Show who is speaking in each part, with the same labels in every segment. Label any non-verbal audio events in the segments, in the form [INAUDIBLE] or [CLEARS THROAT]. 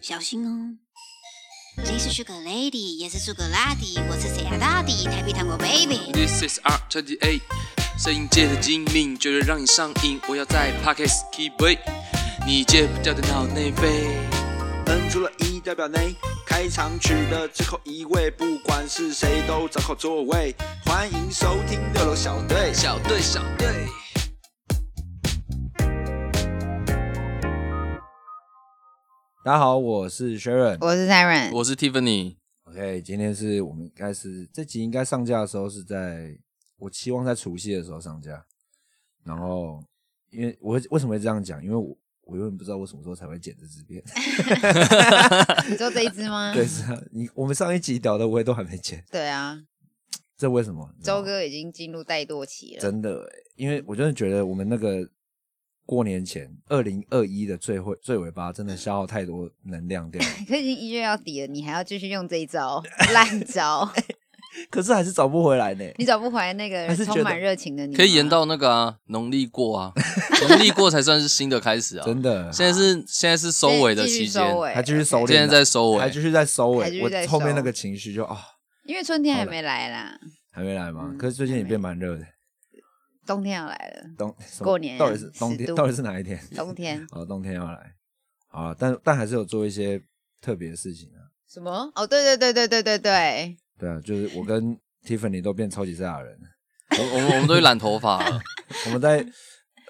Speaker 1: 小心哦。你是 Sugar Lady，也是 Sugar 拉蒂，我是谁啊大迪，台北糖果 Baby。
Speaker 2: This is R 2 8 A，摄影界的精明，绝对让你上瘾。我要在 Pockets keep it，你戒不掉的脑内啡。
Speaker 3: 摁出了一代表内。开场曲的最后一位，不管是谁都找好座位。欢迎收听六楼小队。
Speaker 2: 小队，小队。
Speaker 4: 大家好，我是 Sharon。
Speaker 5: 我是 Siren，
Speaker 2: 我是 Tiffany，
Speaker 4: OK，今天是我们应该是这集应该上架的时候是在我期望在除夕的时候上架，然后因为我为什么会这样讲？因为我我永远不知道我什么时候才会剪这支片。
Speaker 5: 你做这一支
Speaker 2: [LAUGHS]
Speaker 5: 吗？
Speaker 4: 对，是啊，你我们上一集聊的我也都还没剪，
Speaker 5: 对啊，
Speaker 4: 这为什么？
Speaker 2: 嗯
Speaker 4: 你知道
Speaker 5: 周
Speaker 4: 吗
Speaker 5: 哥已经进入怠惰期了。
Speaker 4: 真的欸、因为我真的觉得我们那个过年前二零二一的最会最尾巴真的消耗太多能量掉了，
Speaker 5: [LAUGHS] 可是已经一月要底了，你还要继续用这一招 [LAUGHS] 烂
Speaker 2: [LAUGHS]
Speaker 5: 招，
Speaker 4: 可是还是找不回来呢。
Speaker 5: 你找不回来那个
Speaker 4: 还是觉得
Speaker 5: 充满热情的你吗。
Speaker 2: 可以延到那个啊，农历过啊， [LAUGHS] 农历过才算是新的开始啊。
Speaker 4: 真
Speaker 5: 哦
Speaker 4: 的，
Speaker 2: 现在是现在是收尾的
Speaker 5: 继续
Speaker 2: 期间，
Speaker 5: 收尾，
Speaker 4: 还继续收敛，啊
Speaker 2: 现在在收
Speaker 4: 还
Speaker 2: 尾
Speaker 4: 继。续在收
Speaker 5: 还
Speaker 4: 尾
Speaker 5: 继，续在
Speaker 4: 我后面
Speaker 5: 收
Speaker 4: 那个情绪就啊、
Speaker 5: 因为春天还没来啦，
Speaker 4: 还没来吗？
Speaker 5: 嗯
Speaker 4: 可是最近也
Speaker 5: 还没
Speaker 4: 变蛮热的，
Speaker 5: 冬天要来了，
Speaker 4: 冬什么
Speaker 5: 过年
Speaker 4: 到底是冬
Speaker 5: 10
Speaker 4: 天
Speaker 5: 度
Speaker 4: 到底是哪一天？
Speaker 5: 冬
Speaker 2: [LAUGHS]
Speaker 5: 天
Speaker 4: 哦，冬天要来啊，但但还是有做一些特别的事情啊。
Speaker 5: 什么？哦，对对对对对对对，
Speaker 4: 对啊，就是我跟 Tiffany 都变超级赛亚人，
Speaker 2: 我我们我们都会染头发 [LAUGHS] 了，
Speaker 4: 我们在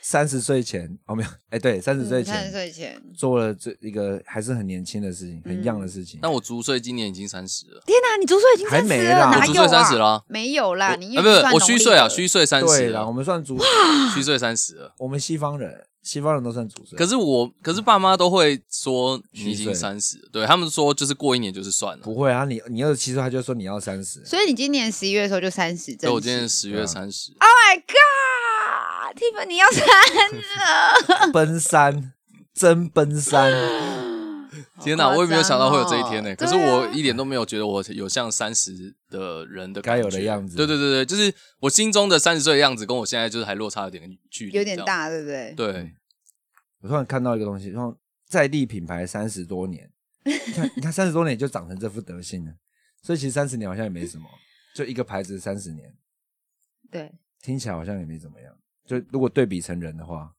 Speaker 4: 三十岁前哦没有，哎对，三十岁
Speaker 5: 嗯三十
Speaker 4: 前
Speaker 5: 岁前，
Speaker 4: 做了这一个还是很年轻的事情，很
Speaker 5: 嗯
Speaker 4: young 的事情。
Speaker 2: 但我足岁今年已经三十了，
Speaker 5: 天哪，你足岁已经
Speaker 4: 还
Speaker 5: 三
Speaker 4: 没
Speaker 5: 十
Speaker 4: 啦
Speaker 5: 了，
Speaker 2: 我
Speaker 5: 哪
Speaker 2: 足
Speaker 5: 有
Speaker 2: 岁
Speaker 5: 啊？
Speaker 2: 三十了啊，
Speaker 5: 没有啦，你
Speaker 2: 啊不是
Speaker 5: 算
Speaker 2: 我
Speaker 5: 农历
Speaker 2: 虚岁啊，
Speaker 5: 的
Speaker 2: 虚岁三
Speaker 4: 对
Speaker 2: 十
Speaker 4: 啦，我
Speaker 2: 了，
Speaker 4: 们算主，
Speaker 2: 虚岁三十了。
Speaker 4: 我们西方人，西方人都算主。
Speaker 2: 可是我，可是爸妈都会说你已
Speaker 4: 虚岁
Speaker 2: 经三十，对他们说就是过一年就是算了
Speaker 4: 不。会啊，你你二十七岁，他就说你要三十，
Speaker 5: 所以你今年十一月的时候就三十，
Speaker 2: 对，
Speaker 5: 真
Speaker 2: 我今天
Speaker 5: 是
Speaker 2: 十
Speaker 4: 啊
Speaker 2: 月三十，
Speaker 5: Oh my God，Tiffany 你要三十了。
Speaker 4: 奔三，真奔三。
Speaker 5: 啊 [LAUGHS]
Speaker 2: 天哪，
Speaker 5: 好夸张哦
Speaker 2: 我也没有想到会有这一天呢。可
Speaker 5: 对啊
Speaker 2: 是我一点都没有觉得我有像三十的人的感觉
Speaker 4: 该有的样子
Speaker 2: 对对对对，就是我心中的三十岁的样子，跟我现在就是还落差有点距离，
Speaker 5: 有点
Speaker 2: 这样。
Speaker 5: 大，对不对？
Speaker 2: 对，
Speaker 4: 嗯我突然看到一个东西，然后在地品牌三十多
Speaker 5: [LAUGHS]
Speaker 4: 年，你看，你看三十多年就长成这副德性了，所以其实三十年好像也没什么，就一个牌子三十年，
Speaker 5: 对，
Speaker 4: 听起来好像也没怎么样。就如果对比成人的话，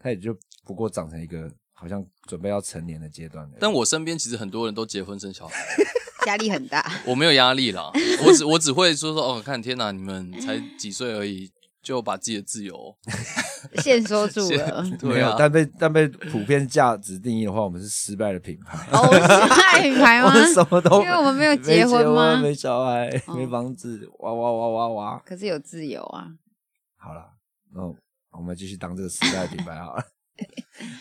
Speaker 4: 他也就不过长成一个好像准备要成年的阶段了。
Speaker 2: 但我身边其实很多人都结婚生小孩，
Speaker 5: 压力很大。
Speaker 2: 我没有压力啦，我只我只会说说哦，看天哪，你们才几岁而已，就把自己的自由， [LAUGHS]
Speaker 5: 限缩住了。
Speaker 4: 没
Speaker 2: 对
Speaker 4: 有
Speaker 2: 啊，，
Speaker 4: 但被但被普遍价值定义的话，我们是失败的品牌，
Speaker 5: [LAUGHS] 哦，我是爱品
Speaker 4: [LAUGHS]
Speaker 5: 牌
Speaker 4: 我
Speaker 5: 吗？
Speaker 4: 们什么都
Speaker 5: 因为我们没有
Speaker 4: 没
Speaker 5: 结婚吗？
Speaker 4: 没小孩，
Speaker 5: 哦
Speaker 4: 没房子，哇哇哇哇哇。
Speaker 5: 可是有自由啊。
Speaker 4: 好了，那我们继续当这个时代的品牌
Speaker 5: [LAUGHS]
Speaker 4: 好了。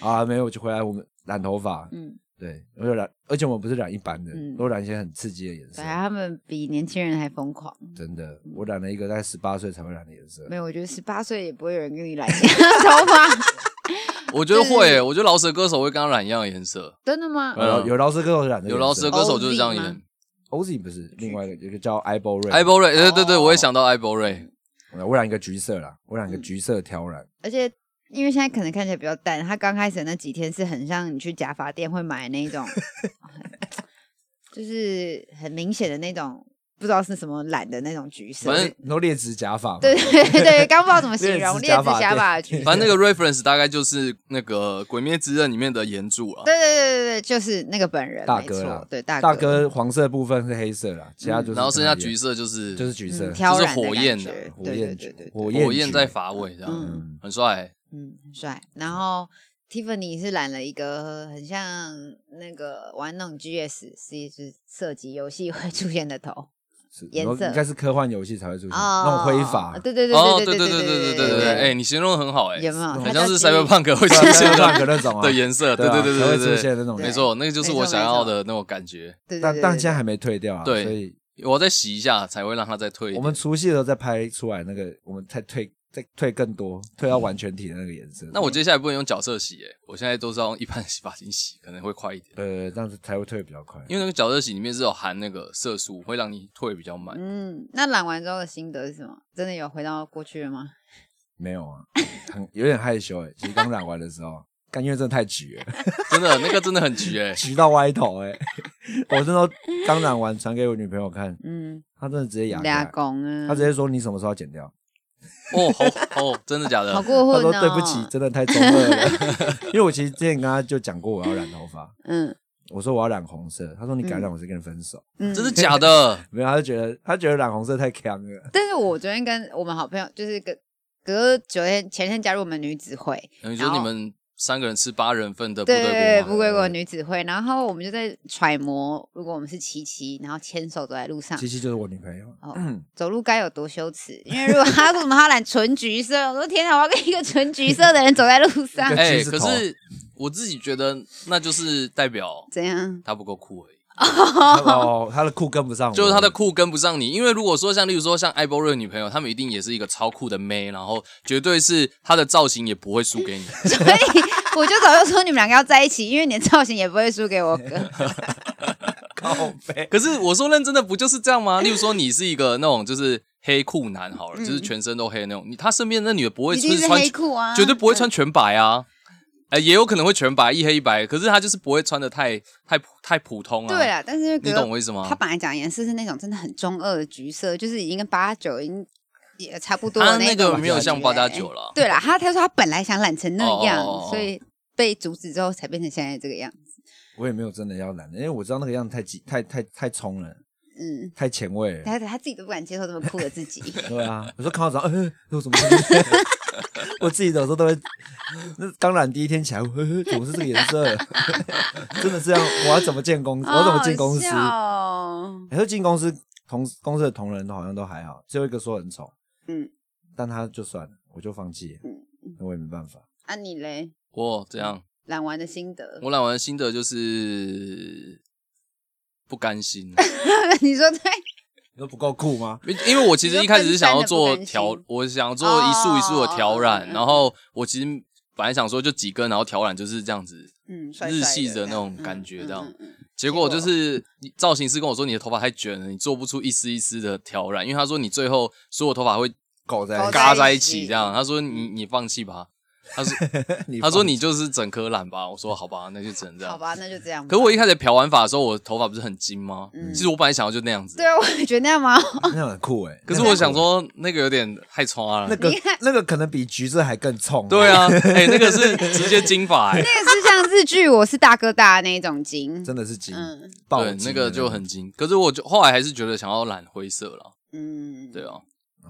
Speaker 4: 啊，没有，就回来我们染头发，
Speaker 5: 嗯，
Speaker 4: 对，我就染，而且我们不是染一般的，
Speaker 5: 嗯
Speaker 4: 都染一些很刺激的颜色
Speaker 5: 对，啊，他们比年轻人还疯狂。
Speaker 4: 真的，我染了一个在十八岁才会染的颜色
Speaker 5: 没，有，我觉得十八岁也不会有人跟你染 [LAUGHS] 头发。 [LAUGHS]
Speaker 2: 我觉得
Speaker 5: 就
Speaker 2: 会
Speaker 5: 是
Speaker 2: 耶，我觉得饶舌歌手会跟他染一样的颜色，
Speaker 5: 真的吗？
Speaker 2: 嗯
Speaker 4: 有有饶舌歌手染的颜色，
Speaker 2: 有饶舌歌手就是这样
Speaker 5: Ozzy
Speaker 2: 演
Speaker 5: 吗。
Speaker 4: ，OZ 不是，另外一个有一个叫 i b o r
Speaker 2: 艾
Speaker 4: a
Speaker 2: 博瑞，呃对对对，
Speaker 5: 哦
Speaker 2: 我也想到艾博
Speaker 4: [LAUGHS]
Speaker 2: 瑞，
Speaker 4: 我染一个橘色啦，我染一个
Speaker 5: 嗯
Speaker 4: 橘色挑染，
Speaker 5: 而且因为现在可能看起来比较淡，他刚开始的那几天是很像你去假发店会买的那一
Speaker 4: [LAUGHS]
Speaker 5: 种，就是很明显的那种，不知道是什么染的那种橘色
Speaker 2: 反。正
Speaker 4: 然后劣质假发嘛，
Speaker 5: 对对对，刚不知道
Speaker 4: [LAUGHS]
Speaker 5: 怎么形
Speaker 4: 劣
Speaker 5: 容
Speaker 4: 质
Speaker 5: 劣
Speaker 4: 假
Speaker 5: 质
Speaker 4: 发
Speaker 5: 假
Speaker 4: 店
Speaker 5: 发的
Speaker 4: [LAUGHS]
Speaker 5: 橘色。
Speaker 2: 反正那个 reference 大概就是那个《鬼灭之刃》里面的岩柱啊。
Speaker 5: 对对对对对，就是那个本人，
Speaker 4: 大
Speaker 5: 没
Speaker 4: 哥
Speaker 5: 错
Speaker 4: 啦
Speaker 5: 对大哥，嗯
Speaker 4: 大哥黄色部分是黑色啦，其他就是
Speaker 2: 然后剩下橘
Speaker 4: 色，
Speaker 2: 色就是
Speaker 4: 就是橘色
Speaker 5: 嗯，挑
Speaker 2: 就是
Speaker 5: 染的
Speaker 2: 火
Speaker 5: 感
Speaker 2: 焰
Speaker 5: 觉
Speaker 2: 的
Speaker 4: 火
Speaker 5: 对
Speaker 4: 焰
Speaker 5: 对
Speaker 4: 橘
Speaker 5: 对对，对
Speaker 4: 火
Speaker 2: 火焰
Speaker 4: 橘
Speaker 2: 在发尾这样，
Speaker 5: 嗯
Speaker 4: 嗯，
Speaker 2: 很帅欸。
Speaker 5: 嗯，很帅。然后 Tiffany 是染了一个很像那个玩那种 GS 是一只射击游戏会出现的头
Speaker 4: 是
Speaker 5: 颜色
Speaker 4: 应该是科幻游戏才会出现，
Speaker 5: 哦，
Speaker 4: 那种灰发，
Speaker 5: 对对
Speaker 2: 哦，对
Speaker 5: 对对
Speaker 2: 对
Speaker 5: 对
Speaker 2: 对对对，哎，
Speaker 5: 对，
Speaker 2: 你形容得很好哎，
Speaker 5: 有没有
Speaker 2: 很
Speaker 5: 它
Speaker 2: 像
Speaker 5: 叫
Speaker 2: 是
Speaker 5: 基因
Speaker 2: cyberpunk 会出
Speaker 4: 对
Speaker 2: 现的
Speaker 4: cyberpunk 那种啊
Speaker 2: 的颜色，对对
Speaker 4: 对啊
Speaker 2: 对
Speaker 4: 才
Speaker 2: 对
Speaker 4: 会
Speaker 2: 对，
Speaker 4: 出现那种
Speaker 2: 没
Speaker 5: 颜色
Speaker 2: 错，那个就是
Speaker 5: 没
Speaker 2: 我
Speaker 5: 错
Speaker 2: 想
Speaker 5: 没
Speaker 2: 要
Speaker 5: 错
Speaker 2: 的那种感觉。
Speaker 5: 对对
Speaker 4: 但
Speaker 5: 对
Speaker 4: 但
Speaker 5: 对
Speaker 4: 现在还没退掉啊，
Speaker 2: 对
Speaker 4: 所以
Speaker 2: 我再洗一下才会让它再退一
Speaker 4: 我
Speaker 2: 点。
Speaker 4: 们除夕的时候再拍出来那个，我们再退再退更多，退到完全体的那个颜色。
Speaker 2: 那
Speaker 5: 嗯
Speaker 2: 我接下来不能用角色洗，哎，我现在都是要用一般洗发精洗，可能会快一点，
Speaker 4: 呃，这样子才会退得比较快。
Speaker 2: 因为那个角色洗里面是有含那个色素，会让你退比较慢。
Speaker 5: 嗯，那染完之后的心得是什么？真的有回到过去了吗？
Speaker 4: [LAUGHS] 欸没有啊，很有点害羞哎、其实刚染完的时候， [LAUGHS] 感觉真的太绝了， [LAUGHS]
Speaker 2: 真的那个真的很急哎、
Speaker 4: 橘到歪头哎、 [LAUGHS] 我那时候刚染完传给我女朋友看，
Speaker 5: 嗯，
Speaker 4: 她真的直接哑
Speaker 5: 俩
Speaker 4: 开，
Speaker 5: 公啊，
Speaker 4: 她直接说你什么时候要剪掉？
Speaker 2: 哦，好哦，真的假的
Speaker 5: 好？过
Speaker 4: 她
Speaker 5: 分
Speaker 4: 说
Speaker 5: 哦，
Speaker 4: 对不起，真的太中二了。因为我其实之前跟她就讲过我要染头发，
Speaker 5: 嗯
Speaker 4: 我说我要染红色，她说你敢染我是跟你分手。
Speaker 5: 嗯，
Speaker 2: 真的假
Speaker 5: [LAUGHS]
Speaker 2: 的？
Speaker 4: 没有，她就觉得她觉得染红色太强了。
Speaker 5: 但是我昨天跟我们好朋友，就是隔隔九天前天加入我们女子会，
Speaker 2: 你说你们三个人吃八人份的部
Speaker 5: 对
Speaker 2: 队锅吗
Speaker 5: 不归国女子会，然后我们就在揣摩，如果我们是琪琪，然后牵手走在路上
Speaker 4: 琪，琪就是我女朋友，
Speaker 5: 哦
Speaker 4: 嗯，
Speaker 5: 走路该有多羞耻？ [LAUGHS] 因为如果他说什么他染纯橘色，我说天哪，我要跟一个纯橘色的人走在路上，
Speaker 4: 对
Speaker 2: 哎、
Speaker 4: 其实
Speaker 2: 可
Speaker 4: 头
Speaker 2: 是我自己觉得那就是代表
Speaker 5: [LAUGHS] 怎样？
Speaker 2: 他不够酷而已。
Speaker 4: 哦，她的裤跟不上我，
Speaker 2: 就是他的酷跟不上你，因为如果说像例如说像艾波瑞的女朋友，他们一定也是一个超酷的妹，然后绝对是她的造型也不会输给你。
Speaker 5: 所以我就早就说你们两个要在一起，因为你的造型也不会输
Speaker 2: [LAUGHS]
Speaker 5: 给我哥。
Speaker 4: 靠背。
Speaker 2: 可是我说认真的，不就是这样
Speaker 5: [LAUGHS]
Speaker 2: 吗？例如说你是一个那种就是黑酷男好了，就是全身都黑的那种，你他身边的那女的不会
Speaker 5: 嗯一
Speaker 2: 就
Speaker 5: 定是
Speaker 2: 穿
Speaker 5: 黑裤啊
Speaker 2: 绝对不会穿全白啊。哎、也有可能会全白，一黑一白，可是他就是不会穿的太太太普通啊。
Speaker 5: 对啦，但是因为
Speaker 2: 你
Speaker 5: 哥
Speaker 2: 懂我意思吗？
Speaker 5: 他本来讲颜色是那种真的很中二的橘色，就是已经跟八九已经也差不多
Speaker 2: 他
Speaker 5: 的
Speaker 2: 那
Speaker 5: 种
Speaker 2: 个没有像八
Speaker 5: 感觉
Speaker 2: 加
Speaker 5: 欸
Speaker 2: 九。了，
Speaker 5: 对啦，他他说他本来想染成那
Speaker 2: 哦
Speaker 5: 样，
Speaker 2: 哦哦哦
Speaker 5: 所以被阻止之后才变成现在这个样子。
Speaker 4: 我也没有真的要染，因为我知道那个样子太激、太太太冲了，
Speaker 5: 嗯，
Speaker 4: 太前卫了。
Speaker 5: 他他自己都不敢接受这么酷的自己。
Speaker 4: 对啊，有时候看到早上，呃，我怎么这个颜色？ [LAUGHS] 我自己有时候都会，那当然第一天起来，呃，怎么是这个颜色？ [LAUGHS] 真的这样，我要怎么见公司？我要怎么进公司？
Speaker 5: 好好笑哦
Speaker 4: 有时候进公司，同公司的同仁都好像都还好，只有一个说很丑，
Speaker 5: 嗯，
Speaker 4: 但他就算了，我就放弃了，那我也没办法。
Speaker 5: 啊你嘞，
Speaker 2: 我哦这样，
Speaker 5: 染完的心得，
Speaker 2: 我染完新的就是不甘心。
Speaker 5: [LAUGHS] 你说
Speaker 2: [LAUGHS]
Speaker 5: 对，
Speaker 4: 你说不够酷吗？
Speaker 2: 因因为我其实一开始是想要做
Speaker 5: 你就分散
Speaker 2: 调
Speaker 5: 的不，
Speaker 2: 我想要做一束一束的调
Speaker 5: 哦
Speaker 2: 染
Speaker 5: 嗯，嗯嗯
Speaker 2: 然后我其实本来想说就几根，然后调染就是这样子，
Speaker 5: 嗯，帅帅
Speaker 2: 日系
Speaker 5: 的
Speaker 2: 的那种感觉这样。
Speaker 5: 嗯嗯嗯嗯
Speaker 2: 结果就是你造型师跟我说你的头发太卷了，你做不出一丝一丝的调染，因为他说你最后所有头发会
Speaker 4: 狗在
Speaker 5: 狗
Speaker 2: 嘎在
Speaker 5: 在一
Speaker 2: 一
Speaker 5: 起
Speaker 2: 起这样，他说你你放弃吧，他说 [LAUGHS]
Speaker 4: 你
Speaker 2: 他说
Speaker 4: 放
Speaker 2: 你就是整颗染吧，我说好吧，那就只能这
Speaker 5: 好
Speaker 2: 样。
Speaker 5: 吧，那就这样吧。 [LAUGHS]
Speaker 2: 可我一开始漂完发的时候，我头发不是很金吗？
Speaker 5: 嗯
Speaker 2: 其实我本来想要就那样子
Speaker 5: 对，啊，我也觉得那样蛮好。
Speaker 4: 那样很酷哎、
Speaker 2: [LAUGHS] 可是我想说那个有点太穿了，
Speaker 4: 那个
Speaker 5: [LAUGHS] 你看
Speaker 4: 那个可能比橘子还更冲。欸
Speaker 2: 对啊，哎、那个是直接金发、哎，
Speaker 5: 那个是像日剧，我是大哥大的那一种金，
Speaker 4: 真的是金，
Speaker 5: 嗯
Speaker 4: 爆
Speaker 2: 对，
Speaker 4: 金
Speaker 2: 那
Speaker 4: 的
Speaker 2: 个就
Speaker 4: 种
Speaker 2: 很金。可是我就后来还是觉得想要染灰色了，
Speaker 5: 嗯，
Speaker 2: 对啊。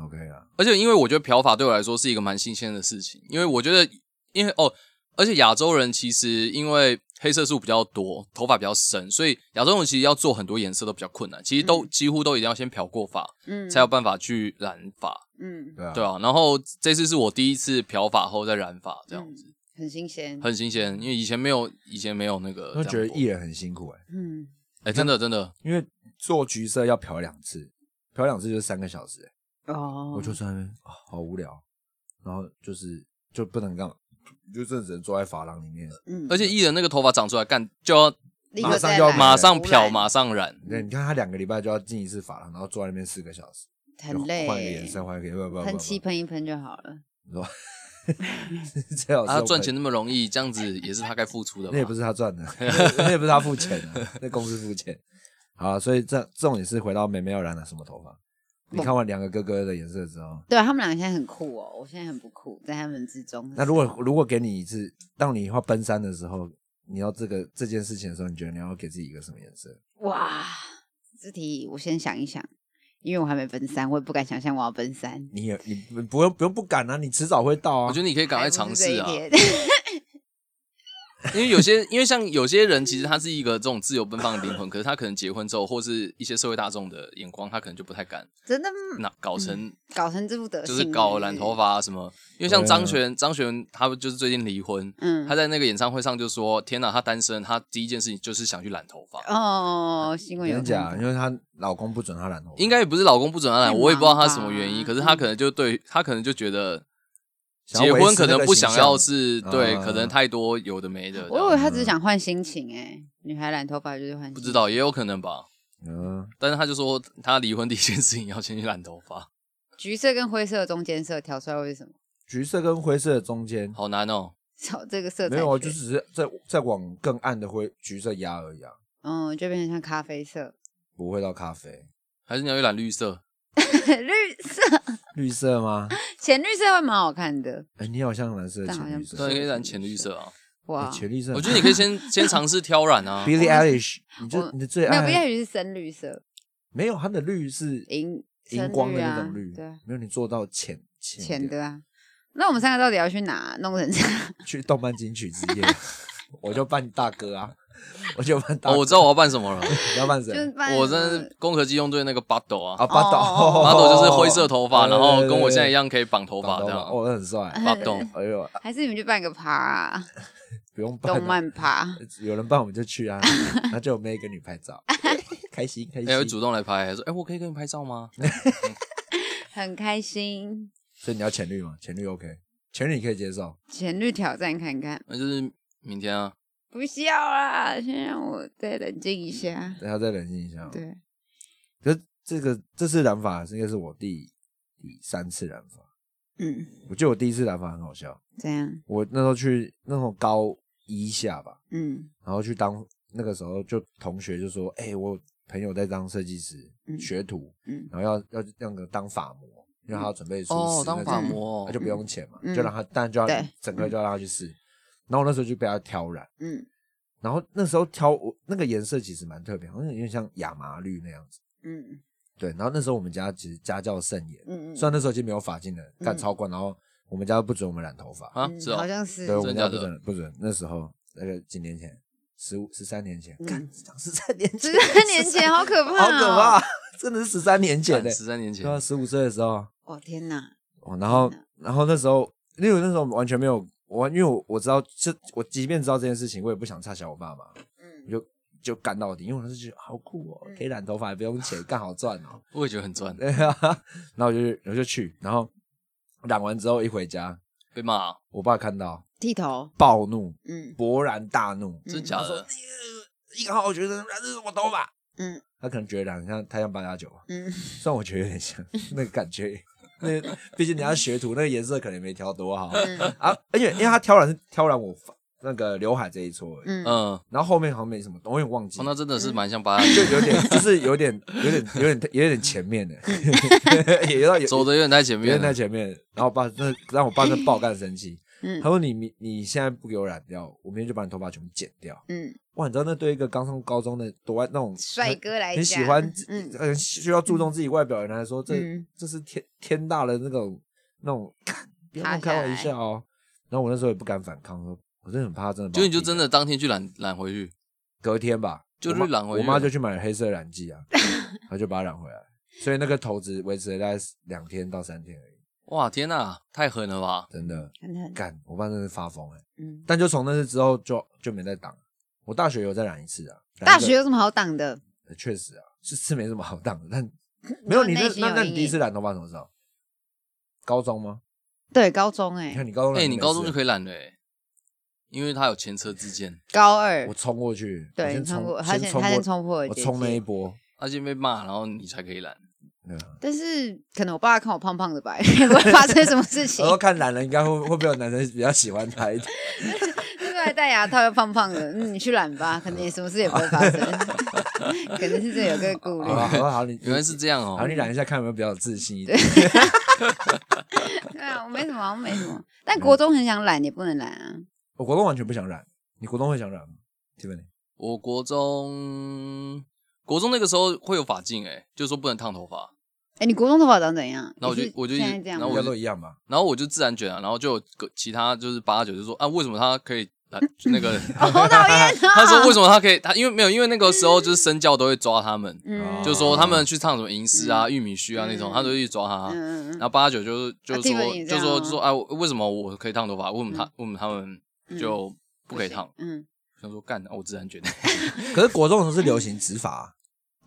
Speaker 4: OK 啊。
Speaker 2: 而且因为我觉得漂发对我来说是一个蛮新鲜的事情，因为我觉得，因为哦，而且亚洲人其实因为黑色素比较多，头发比较深，所以亚洲人其实要做很多颜色都比较困难，其实都、几乎都一定要先漂过发，
Speaker 5: 嗯，
Speaker 2: 才有办法去染发，
Speaker 5: 嗯，
Speaker 4: 对啊，
Speaker 2: 对啊。然后这次是我第一次漂发后再染发，这
Speaker 5: 嗯
Speaker 2: 样子、
Speaker 5: 很新鲜，
Speaker 2: 很新鲜，因为以前没有，以前没有那个这
Speaker 4: 我
Speaker 2: 样过，
Speaker 4: 觉得艺人很辛苦哎、
Speaker 5: 嗯，
Speaker 2: 哎、真的真的，
Speaker 4: 因为做橘色要漂两次，漂两次就是三个小时、欸，
Speaker 5: 哦，
Speaker 4: 我就在那边啊，好无聊，然后就是就不能干嘛，就真的只能坐在发廊里面，
Speaker 5: 嗯，
Speaker 2: 而且艺人那个头发长出来干就要
Speaker 5: 立
Speaker 4: 马
Speaker 5: 刻
Speaker 4: 上
Speaker 5: 再
Speaker 4: 就要
Speaker 5: 来
Speaker 2: 马上漂，
Speaker 5: 胡
Speaker 2: 马上染，
Speaker 4: 你看，你看他两个礼拜就要进一次发廊，然后坐在那边四个小时，
Speaker 5: 来很累，
Speaker 4: 换一个颜色，换一个颜色不不不不
Speaker 5: 喷
Speaker 4: 不，
Speaker 5: 漆喷一喷就好了。
Speaker 4: 你说 [LAUGHS] 最好
Speaker 2: 他
Speaker 4: 是用
Speaker 2: 啊赚
Speaker 4: 喷
Speaker 2: 钱那么容易，这样子也是他该付出的吧。
Speaker 4: 那也不是他赚
Speaker 2: [LAUGHS]
Speaker 4: 的，那也不是他付钱的、那公司付钱。好啊、所以这重点是回到妹妹要染了什么头发。你看完两个哥哥的颜色之后，
Speaker 5: 对他们两个现在很酷哦，我现在很不酷，在他们之中。
Speaker 4: 那如果如果给你一次，让你以后奔三的时候，你要这个这件事情的时候，你觉得你要给自己一个什么颜色？
Speaker 5: 哇，这题我先想一想，因为我还没奔三，我也不敢想象我要奔三。
Speaker 4: 你也你不不用不用不敢啊，你迟早会到啊。
Speaker 2: 我觉得 [LAUGHS] 你可以赶快尝试啊
Speaker 5: 还，不是这一天
Speaker 2: [LAUGHS]
Speaker 5: [LAUGHS]
Speaker 2: 因为有些，因为像有些人，其实他是一个这种自由奔放的
Speaker 5: [LAUGHS]
Speaker 2: 灵魂，可是他可能结婚之后，或是一些社会大众的眼光，他可能就不太敢
Speaker 5: 真的
Speaker 2: 那搞成，
Speaker 5: 嗯搞成这副德
Speaker 2: 就
Speaker 5: 行，欸
Speaker 2: 是搞染头，发啊什么。因为像
Speaker 4: 对啊
Speaker 2: 张悬，张悬他就是最近离婚，
Speaker 5: 嗯
Speaker 2: 他，在那个演唱会上就说：“天哪，他单身，他第一件事情就是想去染头发。”
Speaker 5: 哦，新闻
Speaker 4: 真的
Speaker 5: 有看
Speaker 4: 假
Speaker 5: 到
Speaker 4: 的，因为她老公不准她染头发，
Speaker 2: 应该也不是老公不准他
Speaker 5: 太
Speaker 2: 染，
Speaker 5: 忙
Speaker 2: 我也不知道他什么原因，
Speaker 5: 吧嗯
Speaker 2: 可是他可能就对他可能就觉得
Speaker 4: 想要
Speaker 2: 结
Speaker 4: 维持
Speaker 2: 婚可能不想要是
Speaker 4: 那个形象
Speaker 2: 对，
Speaker 4: 啊
Speaker 2: 可能太多有的没的这
Speaker 5: 我以为
Speaker 2: 样，
Speaker 5: 他只是想换心情哎、女孩染头发就是换
Speaker 2: 嗯
Speaker 5: 心情，
Speaker 2: 不知道也有可能吧。
Speaker 4: 嗯，
Speaker 2: 但是他就说他离婚第一件事情要先去染头发， [LAUGHS]
Speaker 5: 橘色跟灰色的中间色调出来会是什么？ [LAUGHS]
Speaker 4: 橘色跟灰色的中间，
Speaker 2: 好难哦。
Speaker 5: 找这个色
Speaker 4: 没
Speaker 5: 彩学，
Speaker 4: 有啊，就只是在在往更暗的灰橘色压而已啊，
Speaker 5: 嗯，就变成像咖啡色、 [LAUGHS]
Speaker 4: 不会到咖啡
Speaker 2: 还是你要一染绿色？
Speaker 5: 绿色、
Speaker 4: 绿色吗？
Speaker 5: 浅绿色会蛮好看的。
Speaker 4: 哎、你好像蓝色的
Speaker 5: 但好
Speaker 4: 浅绿
Speaker 5: 像
Speaker 4: 色
Speaker 2: 对，
Speaker 5: 不
Speaker 2: 可
Speaker 5: 是
Speaker 2: 以染浅绿色啊。
Speaker 4: 哎
Speaker 5: 哇，
Speaker 4: 浅绿色，
Speaker 2: 我觉得你可以先先尝试挑染啊。
Speaker 4: [LAUGHS] Billie
Speaker 5: 我
Speaker 4: Eilish，你就
Speaker 5: 我
Speaker 4: 你的最
Speaker 5: 没有，不
Speaker 4: 爱
Speaker 5: 要是深绿色、
Speaker 4: 没有它的绿是
Speaker 5: 荧深
Speaker 4: 荧光
Speaker 5: 绿
Speaker 4: 的那
Speaker 5: 啊
Speaker 4: 种绿，
Speaker 5: 对啊
Speaker 4: 没有你做到浅浅
Speaker 5: 浅
Speaker 4: 一点
Speaker 5: 的啊。那我们三个到底要去哪弄成这样？
Speaker 4: 去动漫金曲之
Speaker 5: [LAUGHS]
Speaker 4: 夜，我就扮大哥啊，我就扮大哥，
Speaker 2: 哦，我知道我要办什
Speaker 5: [LAUGHS]
Speaker 2: 么了，
Speaker 4: 你要扮
Speaker 5: 就
Speaker 4: 谁？
Speaker 5: 是扮
Speaker 2: 我
Speaker 5: 什
Speaker 2: 真的
Speaker 5: 么
Speaker 2: 是攻壳机动队那个巴斗啊
Speaker 4: 啊，，巴斗，
Speaker 5: 哦
Speaker 2: [LAUGHS] 巴斗就是灰色头发，
Speaker 4: 对
Speaker 2: 然
Speaker 4: 哦对
Speaker 2: 后
Speaker 4: 对
Speaker 2: 跟我
Speaker 4: 对
Speaker 2: 现在一样可以绑头发
Speaker 4: 绑头
Speaker 2: 这
Speaker 4: 发
Speaker 2: 样。
Speaker 4: 哦，那很
Speaker 5: [LAUGHS]
Speaker 4: 帅。
Speaker 2: 巴斗，
Speaker 4: 哎呦，
Speaker 5: 还是你们去办个趴、啊，
Speaker 4: 不用扮了
Speaker 5: 动漫趴，
Speaker 4: 有人办我们就
Speaker 5: [LAUGHS]
Speaker 4: 去啊，那就有妹跟你拍照，开心开
Speaker 2: 哎，会
Speaker 4: 心。
Speaker 2: 主动来拍，说哎，我可以跟你拍照吗？
Speaker 5: 很开心。
Speaker 4: 所以你要浅绿吗？浅绿 OK，浅绿你可以接受。
Speaker 5: 浅绿挑战看看，
Speaker 2: 那就是明天啊。
Speaker 5: 不需要啦，先让我再冷静一下。
Speaker 4: 等一下再冷静一下。，哦
Speaker 5: 对，
Speaker 4: 可是这个这次染发应该是我第第三次染发，
Speaker 5: 嗯，
Speaker 4: 我记得我第一次染发很好笑，
Speaker 5: 这样，
Speaker 4: 我那时候去那时候高一下吧，
Speaker 5: 嗯
Speaker 4: 然后去当那个时候就同学就说，哎、我朋友在当设计师、
Speaker 5: 嗯
Speaker 4: 学徒，
Speaker 5: 嗯
Speaker 4: 然后要要那个当发模，因为他要准备出
Speaker 2: 哦
Speaker 4: 师，
Speaker 2: 当
Speaker 4: 那
Speaker 2: 发
Speaker 4: 种
Speaker 2: 模
Speaker 4: 那就不用钱嘛，
Speaker 5: 嗯
Speaker 4: 就让他，但就要
Speaker 5: 对
Speaker 4: 整个就要让他去试。然后我那时候就被他挑染，
Speaker 5: 嗯
Speaker 4: 然后那时候挑我那个颜色其实蛮特别，好像有点像亚麻绿那样子。
Speaker 5: 嗯
Speaker 4: 对，然后那时候我们家其实家教甚严，
Speaker 5: 嗯嗯，
Speaker 4: 虽然那时候已经没有发禁了，干
Speaker 5: 嗯
Speaker 4: 超管，然后我们家不准我们染头发，
Speaker 2: 啊，
Speaker 5: 嗯
Speaker 2: 是哦
Speaker 5: 好，像是
Speaker 4: 对，我们
Speaker 2: 真
Speaker 4: 家
Speaker 2: 假
Speaker 4: 不
Speaker 2: 的
Speaker 4: 准不准，那时候那个几年前，十五十三年前，
Speaker 5: 嗯
Speaker 4: 干讲十三年前，
Speaker 5: 十三年前，好可怕、
Speaker 4: 好可
Speaker 5: 哦！
Speaker 4: 怕，真的是十三年前的，
Speaker 2: 十三年前
Speaker 4: 对啊，十五岁的时候，
Speaker 5: 哦天哪，
Speaker 4: 哦，然后然后那时候，因为我那时候完全没有，我因为我我知道，就我即便知道这件事情，我也不想插小我爸嘛，
Speaker 5: 嗯
Speaker 4: 我就就干到底，因为我那时候觉得好酷哦，可以染头发，也不用钱，干好赚
Speaker 5: [LAUGHS]
Speaker 4: 哦， [LAUGHS]
Speaker 2: 我也觉得很赚，
Speaker 4: 对啊，然后我就我就去，然后染完之后一回家，
Speaker 2: 被骂啊，
Speaker 4: 我爸看到
Speaker 5: 剃头，
Speaker 4: 暴怒，
Speaker 5: 嗯
Speaker 4: 勃然大怒，
Speaker 2: 真假的？
Speaker 4: 一个好学生染这是什么头发？
Speaker 5: 呃嗯
Speaker 4: 他可能觉得染得像太像八加九吧，
Speaker 5: 嗯，
Speaker 4: 虽然我觉得有点像 [LAUGHS] 那个感觉，那个毕竟人家学徒那个颜色可能没挑多好 [LAUGHS]
Speaker 5: 嗯
Speaker 4: 啊，而且因为他挑染是挑染我发那个刘海这一撮而已，
Speaker 5: 嗯哦
Speaker 2: 嗯，哦
Speaker 4: 然后后面好像没什么，我有点忘记，
Speaker 2: 那真的是蛮像八加
Speaker 4: [LAUGHS] 就
Speaker 2: 九，
Speaker 4: 有点就是有点有点有点有点前面的， [LAUGHS] 也有到
Speaker 5: [LAUGHS]
Speaker 4: 有
Speaker 2: 走的有点太前
Speaker 4: 别
Speaker 2: 面
Speaker 4: 人在
Speaker 2: 了。
Speaker 4: 前面，然后我爸那让我爸那爆干生气，
Speaker 5: 嗯
Speaker 4: 他说你你你现在不给我染掉，我明天就把你头发全部剪掉。
Speaker 5: 嗯，
Speaker 4: 哇，你知道那对一个刚上高中的多爱那种
Speaker 5: 帅哥来
Speaker 4: 很
Speaker 5: 讲，
Speaker 4: 很喜欢自，
Speaker 5: 嗯
Speaker 4: 很需要注重自己外表的人来说，这、
Speaker 5: 嗯
Speaker 4: 这是天天大的那种那种，看不要
Speaker 5: 塌
Speaker 4: 乱
Speaker 5: 下
Speaker 4: 开
Speaker 5: 来
Speaker 4: 玩笑哦。然后我那时候也不敢反抗，我说我真的很怕他真的把
Speaker 2: 就
Speaker 4: 我剃掉。
Speaker 2: 你就真的当天去染染回去，
Speaker 4: 隔天吧，
Speaker 2: 就
Speaker 4: 我
Speaker 2: 是
Speaker 4: 妈
Speaker 2: 染回
Speaker 4: 我
Speaker 2: 去
Speaker 4: 妈
Speaker 2: 了
Speaker 4: 就去买了黑色染剂
Speaker 5: [LAUGHS]
Speaker 4: 啊，她就把它染回来，所以那个头子维持了大概两天到三天而已，
Speaker 2: 哇，天呐，太狠了吧！
Speaker 4: 真的
Speaker 5: 真的很
Speaker 4: 干，我爸真的是发疯哎、
Speaker 5: 嗯，
Speaker 4: 但就从那次之后就就没再挡。我大学有再染一次啊，染一
Speaker 5: 大
Speaker 4: 个
Speaker 5: 学有什么好挡的？
Speaker 4: 呃确实啊，是是没什么好挡的，但没有你那
Speaker 5: 内心
Speaker 4: 那
Speaker 5: 有
Speaker 4: 那你
Speaker 5: 阴
Speaker 4: 第一
Speaker 5: 影
Speaker 4: 次染头发什么时候？高中吗？
Speaker 5: 对，高中哎、
Speaker 4: 你看你高中染
Speaker 2: 哎，
Speaker 4: 就没事了，
Speaker 2: 你高中就可
Speaker 4: 以
Speaker 2: 以染了，哎因为他有前车之鉴，
Speaker 5: 高二
Speaker 4: 我，冲过去，我
Speaker 5: 对，
Speaker 4: 先
Speaker 5: 你冲
Speaker 4: 冲
Speaker 5: 过，他先
Speaker 4: 冲
Speaker 5: 他
Speaker 4: 过
Speaker 5: 先冲破
Speaker 4: 我
Speaker 5: 结
Speaker 4: 冲那
Speaker 5: 界
Speaker 4: 一
Speaker 5: [LAUGHS]
Speaker 4: 波，
Speaker 2: 他先被骂，然后你才可以染。
Speaker 4: 对啊
Speaker 5: 但是可能我爸看我胖胖的吧， [LAUGHS] 也不会发生什么事情
Speaker 4: 然。后看染了，应该会会不会有男生比较喜欢他
Speaker 5: [LAUGHS]
Speaker 4: 一点？
Speaker 5: 就是还戴牙套又胖胖的，嗯，你去染吧，可能也什么事也不会发生， [LAUGHS] 可能是这有个顾虑
Speaker 4: 好。吧好吧好，
Speaker 2: [LAUGHS]
Speaker 4: 你
Speaker 2: 原来是这样哦
Speaker 4: 好，，你染一下看有没有比较有自信一点。
Speaker 5: 对啊，我没什么，我没什
Speaker 4: 嗯
Speaker 5: 么。但国中很想染，也不能染啊。
Speaker 4: 我国中完全不想染，你国中会想染吗？Tiffany，
Speaker 2: 我国中国中那个时候会有发禁，哎，就是说不能烫头发，
Speaker 5: 哎，你国中头发长怎样？
Speaker 2: 那我就
Speaker 5: 也是
Speaker 2: 我就一
Speaker 5: 现在这样吗，
Speaker 2: 那
Speaker 4: 应
Speaker 2: 我
Speaker 4: 该
Speaker 2: 就
Speaker 4: 都一样吧？
Speaker 2: 然后我就自然卷啊，然后就有个其他就是八九就说啊，为什么他可以染那个？
Speaker 5: 好讨厌哦。
Speaker 2: [LAUGHS] 他说为什么他可以？他因为没有，因为那个时候就是身教都会抓他们，
Speaker 4: 哦
Speaker 5: 嗯，
Speaker 2: 就说他们去唱什么银丝啊、玉米须啊那种，
Speaker 5: 嗯
Speaker 2: 他都会去抓他。啊
Speaker 5: 嗯嗯
Speaker 2: 然
Speaker 5: 嗯
Speaker 2: 后八九就是就
Speaker 5: 啊，Tiffany
Speaker 2: 说
Speaker 5: 也这
Speaker 2: 就
Speaker 5: 样
Speaker 2: 说
Speaker 5: 哦
Speaker 2: 就说啊，为什么我可以烫头发？为什么他为什么他们就不可以烫？
Speaker 5: 嗯，
Speaker 2: 他说干，啊我自然卷。
Speaker 4: 可是国中的时候是流行直发啊，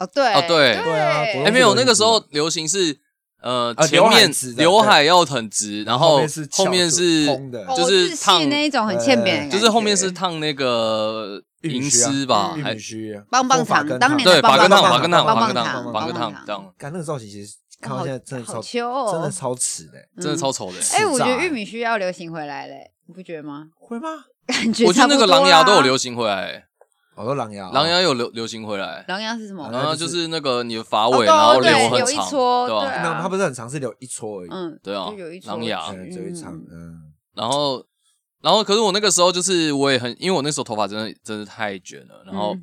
Speaker 5: 哦对
Speaker 2: 哦对
Speaker 4: 对啊国中
Speaker 2: 哎，没有，那个时候
Speaker 4: 流行直
Speaker 2: 流行是呃
Speaker 4: 啊
Speaker 2: 前
Speaker 4: 刘海
Speaker 2: 面
Speaker 4: 直的
Speaker 2: 刘海要很直，然后
Speaker 4: 后面是翘
Speaker 2: 后面
Speaker 4: 着
Speaker 2: 是
Speaker 4: 蓬的
Speaker 5: 哦
Speaker 2: 哎就
Speaker 5: 日
Speaker 2: 是
Speaker 5: 系
Speaker 2: 烫
Speaker 5: 那一种很欠扁的感觉，
Speaker 2: 就是后面是烫那个
Speaker 4: 玉
Speaker 2: 银
Speaker 4: 米须啊
Speaker 2: 丝吧，
Speaker 4: 玉
Speaker 2: 还
Speaker 4: 米须啊、
Speaker 5: 棒棒
Speaker 4: 头发
Speaker 5: 糖
Speaker 4: 根
Speaker 5: 当
Speaker 4: 烫
Speaker 5: 年的
Speaker 2: 对，
Speaker 5: 棒
Speaker 2: 拔
Speaker 5: 棒
Speaker 2: 根烫，
Speaker 5: 糖
Speaker 2: 拔根烫，拔
Speaker 5: 棒棒
Speaker 2: 根
Speaker 5: 糖
Speaker 2: 烫，拔
Speaker 5: 棒
Speaker 2: 根
Speaker 5: 棒
Speaker 2: 烫
Speaker 5: 糖
Speaker 2: 这样。
Speaker 4: 干那个造型其实看我现在真的
Speaker 5: 好
Speaker 4: 超
Speaker 5: 秋哦
Speaker 4: 真的超耻的欸，
Speaker 2: 真的超丑的欸、
Speaker 5: 哎、我觉
Speaker 4: 自
Speaker 5: 得
Speaker 4: 在
Speaker 5: 玉米须要流行回来嘞，你不觉得吗？ [LAUGHS]
Speaker 4: 会吗？
Speaker 5: 感觉
Speaker 2: 我觉得那个
Speaker 5: 差不
Speaker 2: 狼
Speaker 5: 多啊
Speaker 2: 牙都有
Speaker 5: 啦
Speaker 2: 流行回来、欸，
Speaker 4: 我说狼啊牙，
Speaker 2: 狼牙有流流行回来，
Speaker 5: 狼牙是什么？
Speaker 4: 狼
Speaker 2: 然后
Speaker 4: 牙
Speaker 2: 就
Speaker 4: 就是是
Speaker 2: 那个你的发
Speaker 5: 哦
Speaker 2: 尾，
Speaker 5: 对
Speaker 2: 然后留
Speaker 5: 有
Speaker 2: 很
Speaker 5: 一
Speaker 2: 长，
Speaker 5: 撮
Speaker 2: 对吧、
Speaker 5: 对啊
Speaker 4: 那它不是很长，是留一撮而已，
Speaker 5: 嗯，
Speaker 2: 对啊
Speaker 5: 就有一，撮
Speaker 2: 狼牙
Speaker 5: 嗯。
Speaker 4: 嗯，只有一场，嗯，
Speaker 2: 然后，然后，可是我那个时候就是我也很，因为我那时候头发真的真的太卷了，然后，
Speaker 5: 嗯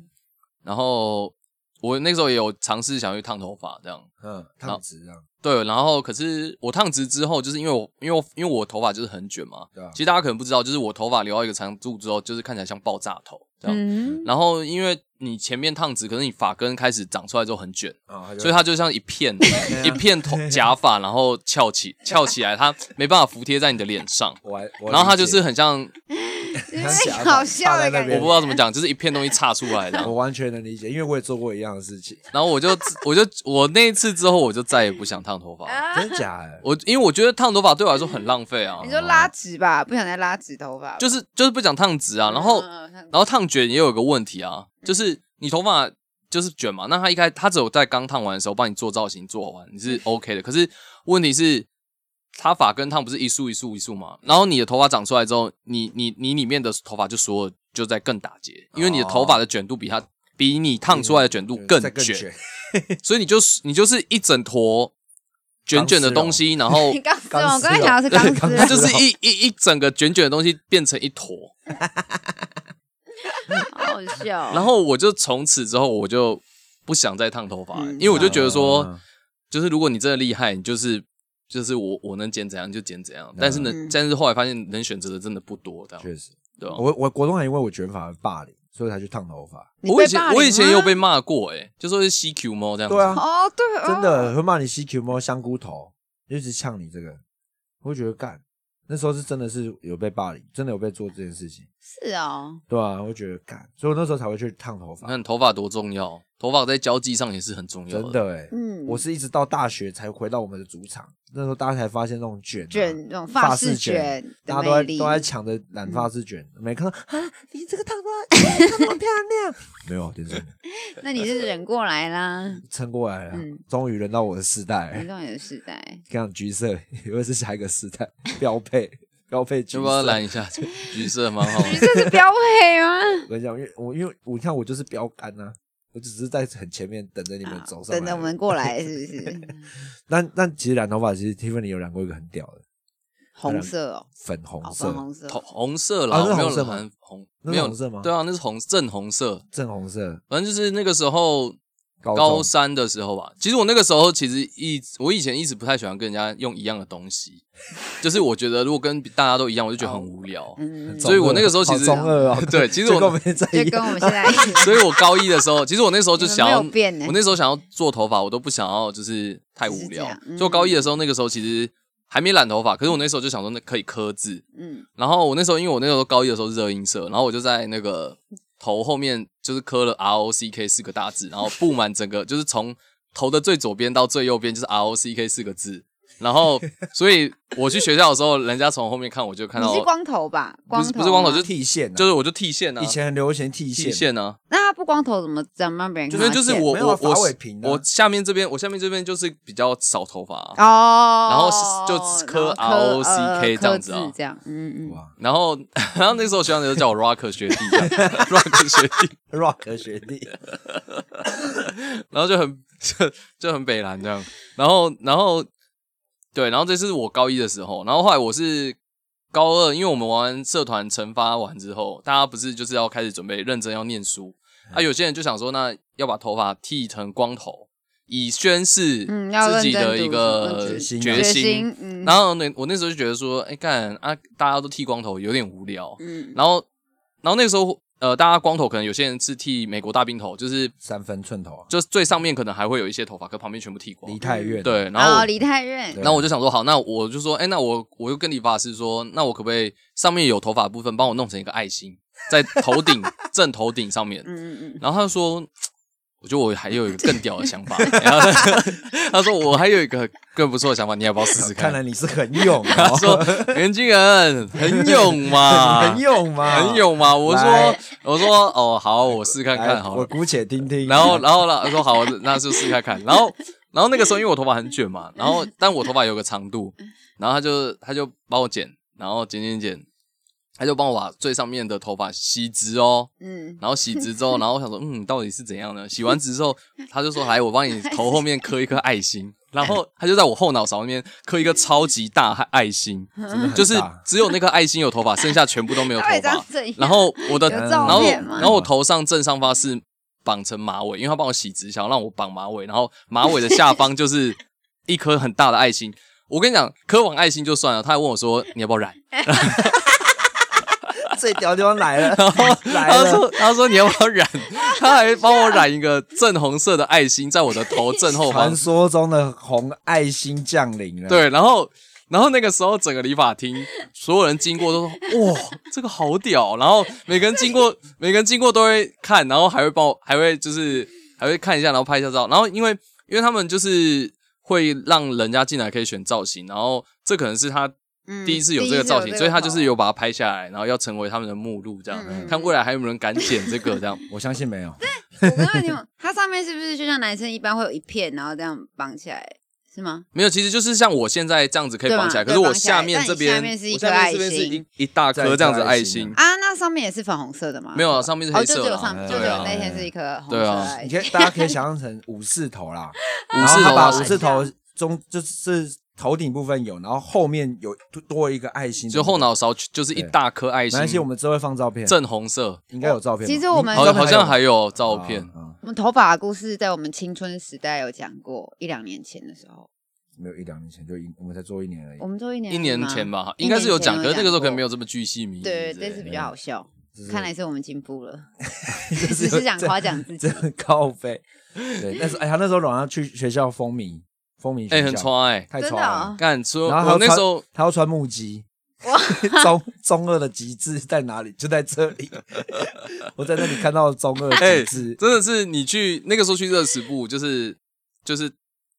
Speaker 2: 然后我那时候也有尝试想去烫头发这样，
Speaker 4: 嗯，烫直这样，
Speaker 2: 对，然后可是我烫直之后，就是因为我因为我因为我头发就是很卷嘛，
Speaker 4: 对吧
Speaker 2: 其？实大家可能不知道，就是我头发留到一个长度之后，就是看起来像爆炸头这样。
Speaker 5: 嗯，
Speaker 2: 然后因为你前面烫直，可是你发根开始长出来之后很卷，
Speaker 4: 啊，就
Speaker 2: 所以它就像一片一片头假发，然后翘起翘起来，它没办法服贴在你的脸上。
Speaker 4: 我还，我还
Speaker 2: 然后它就
Speaker 4: 理解
Speaker 2: 是很像，
Speaker 5: 因 [LAUGHS]
Speaker 4: 很
Speaker 5: 为
Speaker 4: 假
Speaker 5: 好
Speaker 4: 吧
Speaker 5: 笑
Speaker 4: 插
Speaker 5: 的
Speaker 4: 在那
Speaker 5: 感
Speaker 2: 我
Speaker 5: 觉
Speaker 4: 边
Speaker 2: 不知。道怎么讲，就是一片东西岔出来的。
Speaker 4: [LAUGHS] 我完全能理解，因为我也做过一样的事
Speaker 5: [LAUGHS]
Speaker 4: 情，
Speaker 2: 然后我就我就我那一次之后，我就再也不想烫头发了。
Speaker 5: 啊
Speaker 4: 真的假的？
Speaker 2: 我因为我觉得烫头发对我来说很浪费啊
Speaker 5: 你，说拉直吧，不想再拉直头发吧，嗯
Speaker 2: 就是就是不想烫直啊。然后
Speaker 5: 然
Speaker 2: 然后烫卷也有一个问题啊，
Speaker 4: 嗯
Speaker 2: 就是你头发就是卷嘛，那他一开他只有在刚烫完的时候帮你做造型做完，你是
Speaker 4: 嗯
Speaker 2: OK 的。可是问题是，他发根烫不是一束一束一束嘛？
Speaker 4: 嗯
Speaker 2: 然后你的头发长出来之后，你你你里面的头发就所有就在更打结，
Speaker 4: 哦
Speaker 2: 因为你的头发的卷度比他比你烫出来的卷度更
Speaker 4: 再更
Speaker 2: 卷，，所以你就是你就是一整坨卷卷的东
Speaker 4: [LAUGHS]
Speaker 2: 西，然后
Speaker 5: [LAUGHS] 你钢丝
Speaker 4: 钢丝
Speaker 5: 吗，我刚才
Speaker 4: 哦
Speaker 5: 想的是
Speaker 4: 对
Speaker 5: 钢
Speaker 4: 钢
Speaker 5: 丝，
Speaker 2: 它就是一一一整个卷卷的东西变成一坨。
Speaker 5: [LAUGHS] 好好笑哦。
Speaker 2: 然后我就从此之后我就不想再烫头发了，因
Speaker 5: 嗯
Speaker 2: 为我就觉得说，
Speaker 4: 啊
Speaker 2: 就是如果你真的厉害，你就是就是我我能剪怎样就剪怎样，但是能、
Speaker 5: 嗯
Speaker 2: 但是后来发现能选择的真的不多，这样
Speaker 4: 确实，
Speaker 2: 对啊吧？
Speaker 4: 我我国中还因为我卷发而霸凌，所以才去烫头发。
Speaker 5: 你
Speaker 2: 我以
Speaker 5: 被霸
Speaker 2: 前
Speaker 5: 凌
Speaker 2: 我以前
Speaker 5: 吗
Speaker 2: 也有被骂过、欸，就说是 CQ 猫这样子，
Speaker 4: 对啊，
Speaker 5: [LAUGHS] 哦，对，哦
Speaker 4: 真的会骂你 CQ 猫香菇头，一直呛你这个，我会觉得干。那时候是真的是有被霸凌，真的有被做这件事情，
Speaker 5: 是哦，
Speaker 4: 对啊，我会觉得干，所以我那时候才会去烫头
Speaker 2: 你
Speaker 4: 发，
Speaker 2: 看头发多重要，头发在交际上也是很重要
Speaker 4: 真的哎、
Speaker 5: 嗯，
Speaker 4: 我是一直到大学才回到我们的主场，那时候大家才发现那种卷、啊、
Speaker 5: 卷那种
Speaker 4: 发
Speaker 5: 式
Speaker 4: 卷，
Speaker 5: 的
Speaker 4: 大家都
Speaker 5: 魅
Speaker 4: 在
Speaker 5: 力，
Speaker 4: 都在抢着染发式卷，没看到啊，你这个烫发你烫得好漂亮，没有，点真的
Speaker 5: 那你是忍过来
Speaker 4: [LAUGHS]
Speaker 5: 啦，
Speaker 4: 撑过来了
Speaker 5: 嗯，
Speaker 4: 终于轮到我的世代
Speaker 5: 你
Speaker 4: 了，
Speaker 5: 到你的时代，
Speaker 4: 这样橘色 [LAUGHS] 也会是下一个世代标配，标配橘
Speaker 2: 要不要
Speaker 4: 色。
Speaker 2: 染一下
Speaker 5: [LAUGHS]
Speaker 2: 橘色蛮好的？
Speaker 5: 这是标配吗？
Speaker 4: 我跟你讲，因为我因为我你看我就是标杆呐、我只是在很前面等着 [LAUGHS] 你们
Speaker 5: 啊
Speaker 4: 走上来，
Speaker 5: 等着我们。过来，是不是？
Speaker 4: [LAUGHS] 但但其实染头发，其实 Tiffany 有染过一个很屌的
Speaker 5: 红色哦，
Speaker 4: 粉红
Speaker 5: 哦，
Speaker 4: 色，
Speaker 5: 粉红色，
Speaker 2: 红红色啦，
Speaker 4: 啊是
Speaker 2: 没有
Speaker 4: 红色吗
Speaker 2: 蓝红，
Speaker 4: 那
Speaker 2: 没
Speaker 4: 是
Speaker 2: 有
Speaker 4: 红色吗
Speaker 2: 对啊，那是红正红色，
Speaker 4: 正红色，
Speaker 2: 反正就是那个时候
Speaker 4: 高
Speaker 2: 高
Speaker 4: 中
Speaker 2: 三的时候吧，其实我那个时候其实一我以前一直不太喜欢跟人家用一样的东
Speaker 5: [LAUGHS]
Speaker 2: 西，就是我觉得如果跟大家都一样，我就觉得很无聊。
Speaker 5: 嗯，
Speaker 2: 所以我那个时候其实，
Speaker 4: 好中二哦
Speaker 2: [LAUGHS]
Speaker 5: [LAUGHS]
Speaker 2: 对其实
Speaker 4: 就
Speaker 2: 我
Speaker 4: 跟我们现在一
Speaker 5: 就跟
Speaker 4: 样，
Speaker 5: 我们现 [LAUGHS] 在一起
Speaker 2: [LAUGHS] 所以我高一的时候，其实我那时候就想要，
Speaker 5: 你们没有变欸
Speaker 2: 我那时候想要做头发，我都不想要就是太无
Speaker 5: 就是这
Speaker 2: 聊
Speaker 5: 样。嗯
Speaker 2: 所以我高一的时候，那个时候其实还没染头发，可是我那时候就想说，那可以刻字。
Speaker 5: 嗯，
Speaker 2: 然后我那时候因为我那时候高一的时候是热音社，然后我就在那个头后面就是刻了 R O C K 四个大字，然后布满整个就是从头的最左边到最右边就是 R O C K 四个字。然后，所以我去学校的时候，人家从后面看我就看
Speaker 5: 你
Speaker 2: 到
Speaker 5: 是光头吧？
Speaker 2: 不
Speaker 5: 光
Speaker 2: 是
Speaker 5: 头
Speaker 2: 不是光头，
Speaker 5: 吗
Speaker 2: 就是
Speaker 4: 剃线啊、
Speaker 2: 就是我就剃线啊，
Speaker 4: 以前很流行剃
Speaker 2: 剃
Speaker 4: 线，
Speaker 2: 线啊，
Speaker 5: 那他不光头怎么怎么让别人
Speaker 2: 就
Speaker 5: 看
Speaker 2: 是
Speaker 5: 他
Speaker 2: 就是
Speaker 5: 剪
Speaker 2: 我
Speaker 4: 没有
Speaker 2: 我
Speaker 4: 啊
Speaker 2: 我
Speaker 4: 发尾平啊
Speaker 2: 我下面这边我下面这边就是比较少头发啊、
Speaker 5: 哦，
Speaker 2: 然后是就磕
Speaker 5: 然后
Speaker 2: ROCK
Speaker 5: 呃
Speaker 2: 这样子啊
Speaker 5: 磕字这样，嗯嗯，
Speaker 4: 哇
Speaker 2: 然后 [LAUGHS] 然后那时候学长就叫我 Rock 学弟这样，Rock 学弟，
Speaker 4: ，rock
Speaker 2: [LAUGHS]
Speaker 4: 学弟，
Speaker 2: 然后就很 [LAUGHS] 就就很北蓝这样，然后然后对，然后这是我高一的时候，然后后来我是。高二，因为我们玩完社团惩罚完之后，大家不是就是要开始准备认真要念书
Speaker 5: 嗯
Speaker 2: 啊？有些人就想说，那要把头发剃成光头，以宣示
Speaker 5: 嗯要
Speaker 2: 自己
Speaker 5: 认真
Speaker 2: 的一
Speaker 5: 读
Speaker 2: 个
Speaker 5: 嗯
Speaker 4: 决心啊
Speaker 2: 决
Speaker 5: 决
Speaker 2: 心
Speaker 5: 心，嗯，
Speaker 2: 然后呢，我那时候就觉得说，哎、干啊，大家都剃光头有点无聊。
Speaker 5: 嗯，
Speaker 2: 然后，然后那个时候，呃，大家光头可能有些人是剃美国大冰头，就是
Speaker 4: 三分寸头啊，
Speaker 2: 就是最上面可能还会有一些头发，可旁边全部剃光
Speaker 4: 离。太远，，
Speaker 2: 对，然后
Speaker 5: 哦
Speaker 2: 我
Speaker 5: 李泰任
Speaker 4: 对
Speaker 2: 然后我就想说，好，那我就说，哎、那我我就跟理发师说，那我可不可以上面有头发的部分帮我弄成一个爱心，在头顶正头顶上面？
Speaker 5: 嗯嗯
Speaker 2: 然后他就说。我觉得我还有一个更屌的想
Speaker 4: [LAUGHS]
Speaker 2: 法，然后他他说我还有一个更不错的想法，你要不要试试看
Speaker 4: [LAUGHS] 看？来你是很勇、
Speaker 2: 他 [LAUGHS]
Speaker 4: 哦，
Speaker 2: 说：“年轻人很勇嘛，
Speaker 4: [LAUGHS] 很勇嘛，
Speaker 2: 啊很勇嘛。”我说
Speaker 4: 来：“
Speaker 2: 我说哦，好，我试看
Speaker 4: 来
Speaker 2: 看好
Speaker 4: 我
Speaker 2: 了。
Speaker 4: 姑且听听。
Speaker 2: 然后，然后啦，他说好，那就试看看。然后，然后那个时候因为我头发很卷嘛，然后但我头发有个长度，然后他就他就帮我剪，然后剪剪剪，他就帮我把最上面的头发吸直哦，
Speaker 5: 嗯，
Speaker 2: 然后洗直之后，然后我想说，嗯，到底是怎样呢？洗完直之后，他就说，来，我帮你头后面刻一颗爱
Speaker 4: [LAUGHS]
Speaker 2: 心，然后他就在我后脑勺那边刻一个超级大爱心，
Speaker 4: [LAUGHS] 真的很
Speaker 2: 就是
Speaker 4: 大
Speaker 2: 只有那颗爱心有头发，剩下全部都没有头
Speaker 5: 到底
Speaker 2: 发
Speaker 5: 长。怎样？
Speaker 2: 然后我的，
Speaker 5: 有
Speaker 2: 然
Speaker 5: 照
Speaker 2: 后
Speaker 5: 片吗
Speaker 2: 然后我头上正上方是绑成马尾，因为他帮我洗直，想要让我绑马尾，然后马尾的下方就是一颗很大的爱心。我跟你讲，刻完爱心就算了，他还问我说你要不要染，
Speaker 4: 最屌的地方来了，
Speaker 2: [LAUGHS] 然后
Speaker 4: 来
Speaker 2: 他
Speaker 4: 了，
Speaker 2: 说：“他说你要不要染？他还帮我染一个正红色的爱心，在我的头正后方
Speaker 4: 传。说中的红爱心降临了。，
Speaker 2: 对，然后然后那个时候整个理发厅所有人经过都说：哇，这个好屌！哦然后每个人经过，每个人经过都会看，然后还会帮我，还会就是还会看一下，然后拍一下照。然后因为因为他们就是会让人家进来可以选造型，然后这可能是他
Speaker 5: 嗯
Speaker 2: 第一次有这个造型，所以他就是
Speaker 5: 头
Speaker 2: 有把它拍下来，然后要成为他们的目录，这样、
Speaker 5: 嗯嗯
Speaker 2: 看未来还有没有人敢剪这个这样。”
Speaker 4: 我相信没有，
Speaker 5: 我刚刚听，它上面是不是就像男生一般会有一片，然后这样绑起来，是吗？
Speaker 2: 没有，其实就是像我现在这样子可以
Speaker 5: 对
Speaker 2: 绑
Speaker 5: 嘛
Speaker 2: 起来，可
Speaker 5: 对
Speaker 2: 是我
Speaker 5: 绑起来
Speaker 2: 下面
Speaker 5: 但
Speaker 2: 这
Speaker 5: 你
Speaker 2: 边，
Speaker 5: 下面是一
Speaker 2: 我
Speaker 5: 颗
Speaker 2: 下面
Speaker 5: 爱
Speaker 2: 这边是一
Speaker 5: 心
Speaker 2: 一大
Speaker 4: 再
Speaker 2: 颗
Speaker 4: 一
Speaker 2: 这样
Speaker 4: 颗
Speaker 2: 子
Speaker 4: 爱
Speaker 2: 爱
Speaker 4: 心
Speaker 2: 心
Speaker 4: 啊，
Speaker 5: 啊，那上面也是粉红色的吗？
Speaker 2: 没有啊，上面是黑
Speaker 5: 哦，就只
Speaker 2: 色
Speaker 5: 有
Speaker 2: 啦，
Speaker 5: 上，就只
Speaker 2: 对
Speaker 5: 有
Speaker 2: 啊，
Speaker 5: 那天是一颗红色
Speaker 2: 对
Speaker 5: 的
Speaker 2: 啊
Speaker 5: 爱
Speaker 4: 你
Speaker 5: 心
Speaker 4: 可以大家可以想象成武士头
Speaker 2: [LAUGHS]
Speaker 4: 啦，
Speaker 2: 武
Speaker 4: 然后
Speaker 2: 士
Speaker 4: 他
Speaker 2: 头啊
Speaker 4: 把武士头中就是头顶部分有，然后后面有多多一个爱心，
Speaker 2: 就后脑勺就是一大颗爱
Speaker 4: 嗯没
Speaker 2: 心
Speaker 4: 关，系，我们之后会放照片，
Speaker 2: 正红色，
Speaker 4: 应该有照片吧。
Speaker 5: 其实我们
Speaker 4: 你
Speaker 2: 好
Speaker 4: 照片
Speaker 2: 好像还
Speaker 4: 有
Speaker 2: 有照片，
Speaker 4: 啊啊
Speaker 5: 我们头发的故事在我们青春时代有讲过，一两年前的时候，
Speaker 4: 没有一两年前就一我们才做一年而已
Speaker 5: 我，们做一年
Speaker 2: 一年前
Speaker 5: 吗？
Speaker 2: 吧，
Speaker 5: 一
Speaker 2: 应该是有
Speaker 5: 年前
Speaker 2: 讲，
Speaker 5: 有
Speaker 2: 可是那个时候
Speaker 5: 讲
Speaker 2: 可能
Speaker 5: 过
Speaker 2: 没有这么巨细靡遗之类
Speaker 5: 对，
Speaker 2: 的。
Speaker 5: 这次比较好笑
Speaker 4: 这是，
Speaker 5: 看来是我们进步了，
Speaker 4: [LAUGHS] 这
Speaker 5: 只是想夸奖自己
Speaker 4: 这。这高飞。
Speaker 5: [LAUGHS]
Speaker 4: 对，那时候哎，他那时候晚上去学校风靡，风靡学
Speaker 2: 哎，
Speaker 4: 校
Speaker 2: 很穿哎，
Speaker 4: 太
Speaker 5: 真
Speaker 4: 超
Speaker 5: 的
Speaker 4: 了
Speaker 5: 哦。
Speaker 2: 干说，
Speaker 4: 然后还
Speaker 2: 我
Speaker 4: 要
Speaker 2: 那
Speaker 4: 穿
Speaker 2: 时候
Speaker 4: 他要穿木屐，中中二的极致在哪里？就在这里。 [LAUGHS] 我在那里看到中二
Speaker 2: 哎，
Speaker 4: 的极致， [LAUGHS]
Speaker 2: 真的是你去那个时候去热食部，就是就是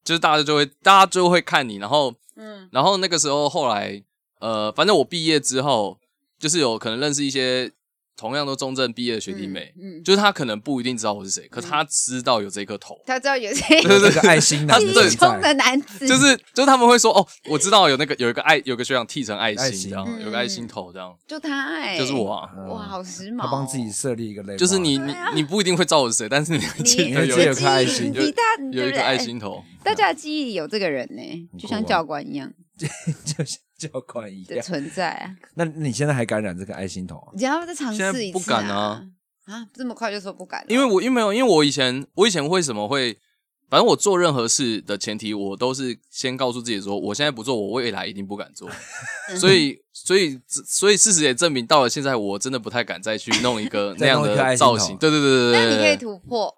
Speaker 2: 就是大家就会大家就会看你，然后
Speaker 5: 嗯，
Speaker 2: 然后那个时候后来，呃，反正我毕业之后，就是有可能认识一些同样都中正毕业的学弟妹，
Speaker 5: 嗯嗯
Speaker 2: 就是他可能不一定知道我是谁，可他知道有这颗头，
Speaker 5: 他知道有
Speaker 2: [LAUGHS]
Speaker 5: 些
Speaker 4: 有这个爱心
Speaker 2: 他
Speaker 4: 男人
Speaker 2: 对
Speaker 5: 心中的
Speaker 4: 在，
Speaker 5: 男子，
Speaker 2: 就是就是他们会说哦，我知道有那个有一个爱有个学长剃成爱
Speaker 4: 爱
Speaker 2: 心
Speaker 4: 心
Speaker 2: 这样，
Speaker 5: 嗯
Speaker 2: 有个爱心头这样，
Speaker 5: 就他哎，
Speaker 2: 就是我、啊。
Speaker 4: 嗯
Speaker 5: 哇，好时髦哦，
Speaker 4: 他帮自己设立一个类，
Speaker 2: 就是你，你你不一定会知道我是谁，但是你会记
Speaker 5: 你
Speaker 2: 得
Speaker 4: 你
Speaker 2: 有
Speaker 4: 会记得
Speaker 2: 一
Speaker 4: 有
Speaker 2: 个
Speaker 4: 颗爱心
Speaker 5: 你大
Speaker 2: 有一个爱，心头，
Speaker 5: 对不对大家的记忆里有这个人呢，
Speaker 4: 啊
Speaker 5: 就像教官一样
Speaker 4: 就像教官一
Speaker 5: 的
Speaker 4: 样。
Speaker 5: 存在啊。
Speaker 4: 那你现在还感染这个爱心头啊？
Speaker 5: 你要再尝试一次
Speaker 2: 现在不敢
Speaker 5: 啊
Speaker 2: 啊！
Speaker 5: 啊，这么快就说不敢了？
Speaker 2: 因为我因为没有，因为我以前我以前为什么会，反正我做任何事的前提，我都是先告诉自己说，我现在不做，我未来一定不敢做。所以，所以，所以事实也证明，到了现在，我真的不太敢再去弄一个那
Speaker 4: 再
Speaker 2: 样
Speaker 4: 弄一颗爱
Speaker 2: 的
Speaker 4: 心
Speaker 2: 造
Speaker 4: 头
Speaker 2: 型。对对对
Speaker 5: 那
Speaker 2: 对
Speaker 5: 你
Speaker 2: 对
Speaker 5: 可以
Speaker 2: 对对，
Speaker 5: 突破，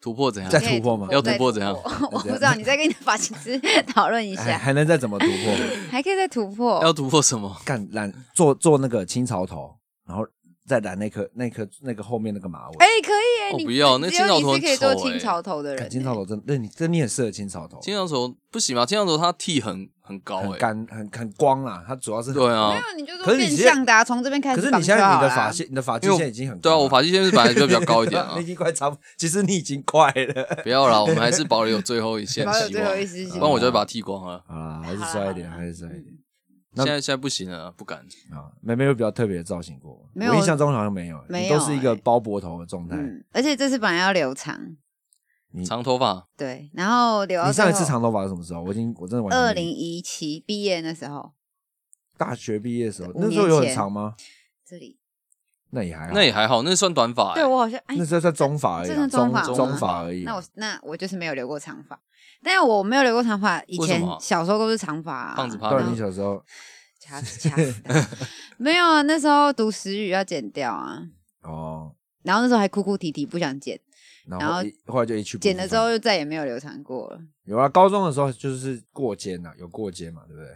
Speaker 2: 突破怎样
Speaker 4: 再？
Speaker 5: 你可以
Speaker 4: 突破吗
Speaker 2: 要
Speaker 5: 再
Speaker 2: 突破怎样
Speaker 4: [LAUGHS]
Speaker 5: 我不知道，你再跟你的发型师 [LAUGHS] 讨论一
Speaker 4: 还
Speaker 5: 下，
Speaker 4: 还能再怎么突破？
Speaker 5: 还可以再突破。
Speaker 2: 要突破什么？
Speaker 4: 干染做做那个清朝头，然后再染那颗那颗那个后面那个马尾。
Speaker 5: 哎，可以耶！
Speaker 2: 我
Speaker 5: 你
Speaker 2: 哦不要那
Speaker 5: 只有
Speaker 2: 清朝
Speaker 5: 你
Speaker 2: 头
Speaker 5: 是可以做
Speaker 2: 很丑哎
Speaker 5: 清朝头的
Speaker 4: 干
Speaker 5: 人，欸
Speaker 4: 清朝头真，那你这你很适合清朝头，
Speaker 2: 金像头不行吗？啊金像头它剃很很高
Speaker 4: 很
Speaker 2: 哎、
Speaker 4: 干很很光啦，它主要是很
Speaker 2: 对啊
Speaker 5: 没，有你就
Speaker 4: 可
Speaker 5: 说
Speaker 4: 是你
Speaker 5: 变
Speaker 4: 现在
Speaker 5: 相的啊，从这边开
Speaker 4: 可
Speaker 5: 始
Speaker 4: 是
Speaker 5: 绑
Speaker 4: 你
Speaker 5: 就
Speaker 4: 现在你
Speaker 5: 好啊
Speaker 4: 的
Speaker 5: 啦
Speaker 4: 发线，你的发际
Speaker 2: 因为
Speaker 4: 线已经很
Speaker 2: 对啊，
Speaker 4: 高
Speaker 2: 我
Speaker 4: 了
Speaker 2: 发际线是本来就比较高一点啊
Speaker 4: [LAUGHS] 你已。经快差不，其实你已经快
Speaker 5: [LAUGHS]
Speaker 4: 了
Speaker 2: 不要啦，我们还是保留有最后一线
Speaker 5: 保有
Speaker 2: 希
Speaker 5: 最
Speaker 2: 望啊
Speaker 5: 后一，丝希
Speaker 2: 不然
Speaker 5: 望
Speaker 2: 我就会把它剃光了。
Speaker 4: 啊，还是帅一点，还是帅
Speaker 5: 嗯
Speaker 4: 一点那
Speaker 2: 现在现在不行了，不敢。
Speaker 4: 啊。没没有比较特别的造型过，
Speaker 5: 没有
Speaker 4: 我印象中好像没有，
Speaker 5: 没
Speaker 4: 你
Speaker 5: 有
Speaker 4: 都是一
Speaker 5: 欸
Speaker 4: 个包脖头的状态。
Speaker 5: 嗯，而且这次本来要留长，
Speaker 2: 长头
Speaker 4: 啊
Speaker 2: 发，
Speaker 5: 对，然后留到
Speaker 4: 你上一
Speaker 5: 最
Speaker 4: 次
Speaker 5: 后
Speaker 4: 长头发是什么时候？我已经我真的完全
Speaker 5: 二零一七毕业那时候，
Speaker 4: 大学毕业的时候，
Speaker 5: 五
Speaker 4: 那时候有
Speaker 5: 年
Speaker 4: 很
Speaker 5: 前
Speaker 4: 长吗？
Speaker 5: 这里
Speaker 4: 那也还好，
Speaker 2: 那也还好，那算短发、欸。
Speaker 5: 对我好像哎
Speaker 4: 那，时候算中发而已
Speaker 5: 这
Speaker 4: 啊，
Speaker 5: 算
Speaker 4: 中
Speaker 5: 中发吗
Speaker 4: 中发而已啊。
Speaker 5: 那我那我就是没有留过长发，但是我没有留过长发，以
Speaker 2: 为
Speaker 5: 前
Speaker 2: 什么
Speaker 5: 小时候都是长发、啊，
Speaker 2: 胖子怕
Speaker 4: 到
Speaker 2: 然
Speaker 4: 底
Speaker 2: 后
Speaker 4: 你小时候
Speaker 5: 掐死掐死的，没有啊，那时候读时语要剪掉啊，
Speaker 4: 哦，
Speaker 5: 然后那时候还哭哭啼啼不想剪，
Speaker 4: 然
Speaker 5: 然后
Speaker 4: 后一后来就一去不
Speaker 5: 剪
Speaker 4: 复
Speaker 5: 了之
Speaker 4: 返
Speaker 5: 后就再也没有留长过了，
Speaker 4: 有啊，高中的时候就是过肩呐，有过肩嘛，对不对？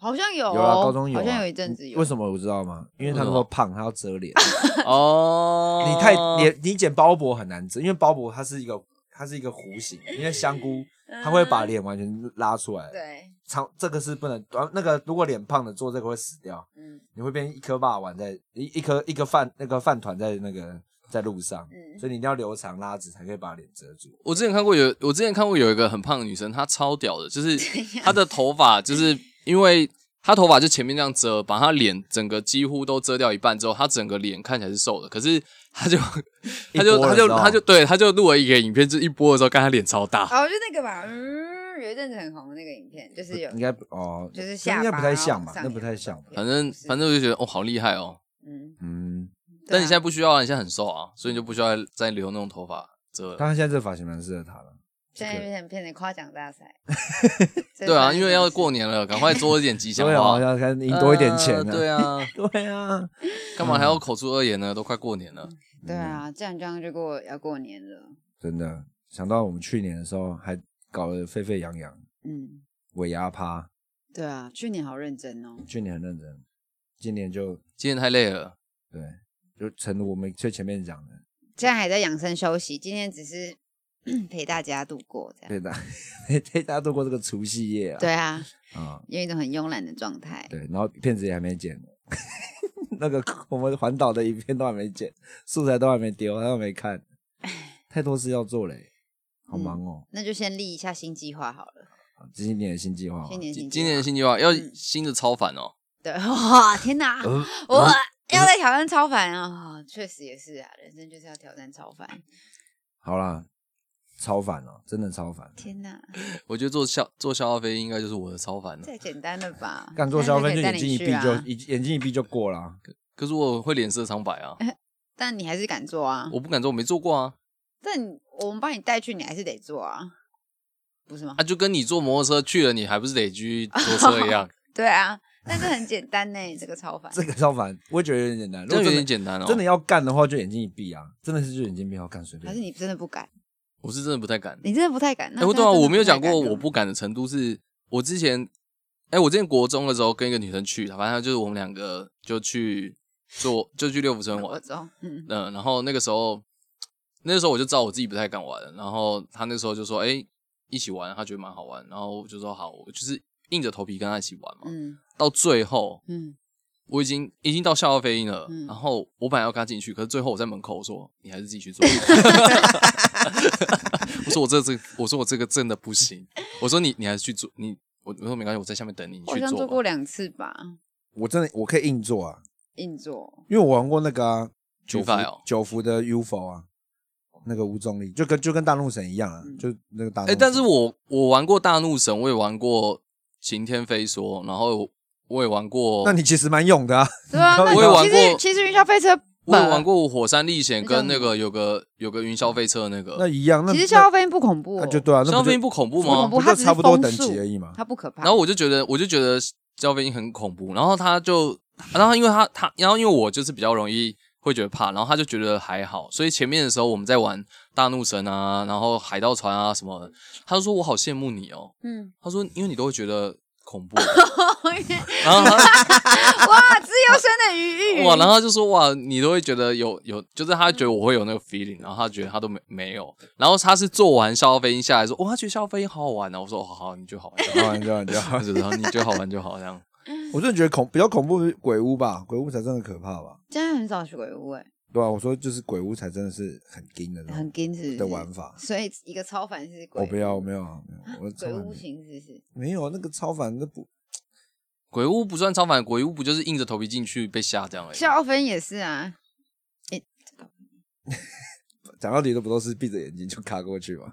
Speaker 5: 好像有、哦，
Speaker 4: 有啊，高中有啊，
Speaker 5: 好像有一阵子有，
Speaker 4: 为什么我知道吗？因为
Speaker 2: 为什
Speaker 4: 他那时
Speaker 2: 么
Speaker 4: 候胖，他要遮脸。
Speaker 2: 哎哦，
Speaker 4: 你太你你剪包脖很难遮，因为包脖它是一个它是一个弧形，因为香菇它会把脸完全拉出来。，
Speaker 5: 嗯对，
Speaker 4: 长这个是不能，短那个如果脸胖的做这个会死掉，
Speaker 5: 嗯，
Speaker 4: 你会变一颗霸丸在一一颗一颗饭那个饭团在那个在路上，
Speaker 5: 嗯
Speaker 4: 所以你一定要留长拉直才可以把脸遮住。
Speaker 2: 我之前看过有，我之前看过有一个很胖的女生，她超屌的，就是她的头发，就是因为她头发就前面这样遮，把她脸整个几乎都遮掉一半之后，她整个脸看起来是瘦的，可是她就她
Speaker 4: 一
Speaker 2: 就
Speaker 4: 波
Speaker 2: 她
Speaker 4: 的
Speaker 2: 就
Speaker 4: 时候
Speaker 2: 她就对她就录了一个影片，就是一播的时候，看她脸超大，
Speaker 5: 哦，就那个吧，嗯，有一阵子很红的那个影片，就是有
Speaker 4: 应该不哦，
Speaker 5: 就是下
Speaker 4: 应该不
Speaker 5: 巴
Speaker 4: 太
Speaker 5: 然后
Speaker 4: 像吧？
Speaker 5: 上
Speaker 4: 那
Speaker 5: 面
Speaker 4: 不
Speaker 5: 有
Speaker 4: 太
Speaker 5: 个
Speaker 4: 像吧？
Speaker 5: 片
Speaker 2: 反正
Speaker 5: 是
Speaker 2: 反正我就觉得哦，好厉害哦。
Speaker 5: 嗯，
Speaker 4: 嗯，
Speaker 2: 但你现在
Speaker 5: 在
Speaker 2: 不需要啊，你现在很瘦啊，所以你就不需要再留那种头发遮
Speaker 4: 当
Speaker 2: 了。
Speaker 4: 然现在这发型蛮适合他了。
Speaker 5: 现在变成变成夸奖
Speaker 2: [LAUGHS]
Speaker 5: 大赛，
Speaker 2: 对啊，因为要过年了，赶快做一点
Speaker 4: [LAUGHS]
Speaker 2: 吉祥
Speaker 4: 所以好
Speaker 2: 话，
Speaker 4: 像看啊赢多一点钱
Speaker 2: 呃
Speaker 4: 呢。
Speaker 2: 对啊，
Speaker 4: [LAUGHS] 对啊，
Speaker 2: 干嘛还要口出恶言呢？都快过年了。
Speaker 5: 对
Speaker 2: 嗯
Speaker 5: 啊，这样这样就过要过年了，
Speaker 4: 真的想到我们去年的时候还搞得沸沸扬扬，
Speaker 5: 嗯，
Speaker 4: 尾牙趴，
Speaker 5: 对啊，去年好认真哦，
Speaker 4: 去年很认真，今年就
Speaker 2: 今天太累了，
Speaker 4: 对，就成了我们最前面讲的，
Speaker 5: 现在还在养生休息，今天只是 [CLEARS THROAT] 陪大家度过这样，
Speaker 4: 对大啊 [LAUGHS] 对大家度过这个除夕夜啊，
Speaker 5: 对啊，
Speaker 4: 啊、
Speaker 5: 有一种很慵懒的状态，
Speaker 4: 对，然后片子也还没剪呢。 [LAUGHS] 那个我们环岛的影片都还没剪，素材都还没丢，还没
Speaker 5: [LAUGHS]
Speaker 4: 看，太多事要做嘞、好
Speaker 5: 嗯
Speaker 4: 忙哦！
Speaker 5: 那就先立一下新计划好了，
Speaker 4: 今年的新计划哦，
Speaker 5: 新年新计划
Speaker 2: 今年的新计划要
Speaker 5: 嗯
Speaker 2: 新的超凡哦。
Speaker 5: 对，哇，天哪，
Speaker 4: 呃
Speaker 5: 我要再挑战超凡啊！确实也是啊，人生就是要挑战超凡。
Speaker 4: 好啦，超凡哦，真的超凡。
Speaker 5: 天哪，
Speaker 2: 我觉得做消做消化飞应该就是我的超凡哦了。
Speaker 5: 太简单了吧？
Speaker 4: 嗯 [LAUGHS] 干做消费就眼
Speaker 5: 那就可
Speaker 4: 睛
Speaker 5: 以
Speaker 4: 一闭
Speaker 5: 带你去啊
Speaker 4: 就、一眼睛一闭就过了啊，
Speaker 2: 可是我会脸色苍白啊，
Speaker 5: 但你还是敢做啊？
Speaker 2: 我不敢做，我没做过啊。
Speaker 5: 但你我们帮你带去，你还是得做啊，不是吗
Speaker 2: 啊，？就跟你坐摩托车去了，你还不是得去坐车一
Speaker 5: [LAUGHS]
Speaker 2: 样？
Speaker 5: 对啊，但是很简单呢，这个超凡。
Speaker 4: 这个超凡，我也觉得有点简单。如
Speaker 2: 这
Speaker 4: 果
Speaker 2: 样有
Speaker 4: 真
Speaker 2: 点
Speaker 4: 的
Speaker 2: 简单哦。
Speaker 4: 真的，要干的话，就眼睛一闭啊，真的是就眼睛闭好干随
Speaker 5: 还是
Speaker 4: 便。
Speaker 5: 你真的不敢？
Speaker 2: 我是真的不太敢。
Speaker 5: 你真的不太敢？那
Speaker 2: 哎，我对啊，
Speaker 5: 真的
Speaker 2: 我没有讲
Speaker 5: 太
Speaker 2: 过
Speaker 5: 敢了哦
Speaker 2: 我不敢的程度是，我之前，哎，我之前国中的时候跟一个女生去，反正就是我们两个就去做，就去六福村
Speaker 5: 我
Speaker 2: 玩。
Speaker 5: 中，嗯，
Speaker 2: 嗯，然后那个时候，那时候我就知道我自己不太敢玩，然后他那时候就说：“哎、一起玩，他觉得蛮好玩。”然后我就说：“好，我就是硬着头皮跟他一起玩嘛。
Speaker 5: 嗯
Speaker 2: 到最后，
Speaker 5: 嗯，
Speaker 2: 我已经已经到笑傲飞鹰了，
Speaker 5: 嗯
Speaker 2: 然后我本来要跟他进去，可是最后我在门口我说：“你还是自己去
Speaker 5: [LAUGHS]
Speaker 2: 做。”我说：“我这这，我说我这个真的不行。”我说你：“你还是去做，你我我说没关系，我在下面等你，你
Speaker 5: 我好
Speaker 2: 去
Speaker 5: 像
Speaker 2: 做
Speaker 5: 做
Speaker 2: 吧。
Speaker 5: 过两次吧，
Speaker 4: 我真的我可以硬做啊，
Speaker 5: 硬做。
Speaker 2: [LAUGHS]
Speaker 4: 因为我玩过那个啊九福
Speaker 2: G5 哦
Speaker 4: 九福的 UFO 啊，那个无重力就跟就跟大怒神一样啊
Speaker 5: 嗯，
Speaker 4: 就那个大怒
Speaker 2: 哎、
Speaker 4: 神。
Speaker 2: 但是我我玩过大怒神，我也玩过晴天飞梭，然后我我也玩过，
Speaker 4: 那你其实蛮勇的啊，
Speaker 5: 对啊，那
Speaker 2: 我也玩
Speaker 5: 其实
Speaker 2: 过
Speaker 5: 其实云霄飞车，
Speaker 2: 我也玩过火山历险
Speaker 5: 那叫
Speaker 2: 跟那个有个有个云霄飞车那
Speaker 4: 那
Speaker 2: 个，
Speaker 4: 一样，那
Speaker 5: 其实
Speaker 4: 那
Speaker 5: 消费不恐怖哦，
Speaker 4: 那就对啊，
Speaker 2: 云
Speaker 4: 那就
Speaker 2: 霄飞呃鹰不恐怖
Speaker 5: 不恐
Speaker 2: 吗
Speaker 5: 怖？
Speaker 4: 不
Speaker 5: 它
Speaker 4: 就
Speaker 5: 只是
Speaker 4: 差不多
Speaker 5: 风
Speaker 4: 等
Speaker 5: 速
Speaker 4: 级而已嘛。 [LAUGHS]
Speaker 5: 它不可怕。
Speaker 2: 然后我就觉得我就觉得霄飞鹰很恐怖，然后他就然后因为他他然后因为我就是比较容易。会觉得怕，然后他就觉得还好，所以前面的时候我们在玩大怒神啊，然后海盗船啊什么的，他就说我好羡慕你哦，
Speaker 5: 嗯，
Speaker 2: 他说因为你都会觉得恐怖， [LAUGHS]
Speaker 5: [LAUGHS] 哇，
Speaker 2: 然后他
Speaker 5: 自由身的余韵
Speaker 2: 哇，然后他就说哇，你都会觉得有有，就是他觉得我会有那个 feeling，然后他觉得他都没没有，然后他是做完消费音下来说，哇，他觉得消费音好好玩哦，我说好好，你就好玩就好， [LAUGHS]
Speaker 4: 好玩就好，就好
Speaker 5: [LAUGHS]
Speaker 2: 他。就说你就好玩就好这样。
Speaker 4: 我真的觉得恐比较恐怖的是鬼屋吧，鬼屋才真的可怕吧？
Speaker 5: 真的很少去鬼屋哎，
Speaker 4: 对啊，我说就是鬼屋才真的是很惊的那种
Speaker 5: 很矜持
Speaker 4: 的玩法。
Speaker 5: 所以一个超凡是鬼，
Speaker 4: 我不要，我没有啊，没有我超
Speaker 5: 鬼
Speaker 4: 凡
Speaker 5: 屋型是不是？
Speaker 4: 没有那个超凡那不
Speaker 2: 鬼屋不算超凡，鬼屋不就是硬着头皮进去被吓这样而已吗。
Speaker 5: 消费也是啊，
Speaker 4: 讲到底都不都是闭着眼睛就卡过去嘛。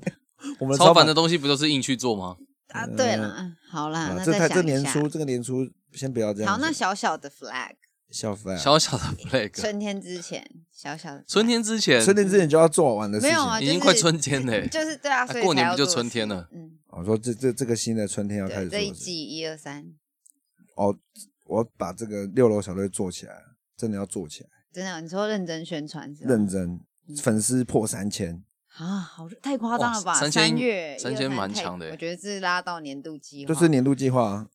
Speaker 4: [LAUGHS] 我们
Speaker 2: 超
Speaker 4: 凡
Speaker 2: 凡的东西不就是硬去做吗？
Speaker 5: 啊对了，好啦，
Speaker 4: 啊
Speaker 5: 那
Speaker 4: 这
Speaker 5: 再
Speaker 4: 太这
Speaker 5: 想一
Speaker 4: 年
Speaker 5: 下。
Speaker 4: 初这个年初先不要这样
Speaker 5: 好，
Speaker 4: 子。
Speaker 5: 那小小的 flag，
Speaker 4: 小啊凡
Speaker 2: 小小的 flag，
Speaker 5: 春天之前小小的 flag
Speaker 2: 春天之前
Speaker 4: 春天之前就要做完的事
Speaker 5: 没
Speaker 4: 情。
Speaker 5: 有啊，
Speaker 2: 已
Speaker 5: 就
Speaker 2: 经
Speaker 5: 是
Speaker 2: 快春天了欸
Speaker 5: 就是对啊，所以
Speaker 2: 过年
Speaker 5: 才要
Speaker 2: 不就
Speaker 5: 做
Speaker 2: 春天
Speaker 5: 事
Speaker 2: 了？
Speaker 5: 嗯，
Speaker 4: 我说这这这个新的春天要开
Speaker 5: 对，
Speaker 4: 始做
Speaker 5: 这一
Speaker 4: 的事情。
Speaker 5: 季一二三，
Speaker 4: 哦，我把这个六楼小队做起来，真的要做起来，
Speaker 5: 真的，你说认真宣传是吧？
Speaker 4: 认真，
Speaker 5: 嗯
Speaker 4: 粉丝破三千。
Speaker 5: 啊，好太夸张了吧？
Speaker 2: 哇三千
Speaker 5: 三月
Speaker 2: 三千
Speaker 5: 123
Speaker 2: 蛮
Speaker 5: 太
Speaker 2: 强的耶欸
Speaker 5: 我觉得这是拉到年度计划，
Speaker 4: 就是年度计划啊，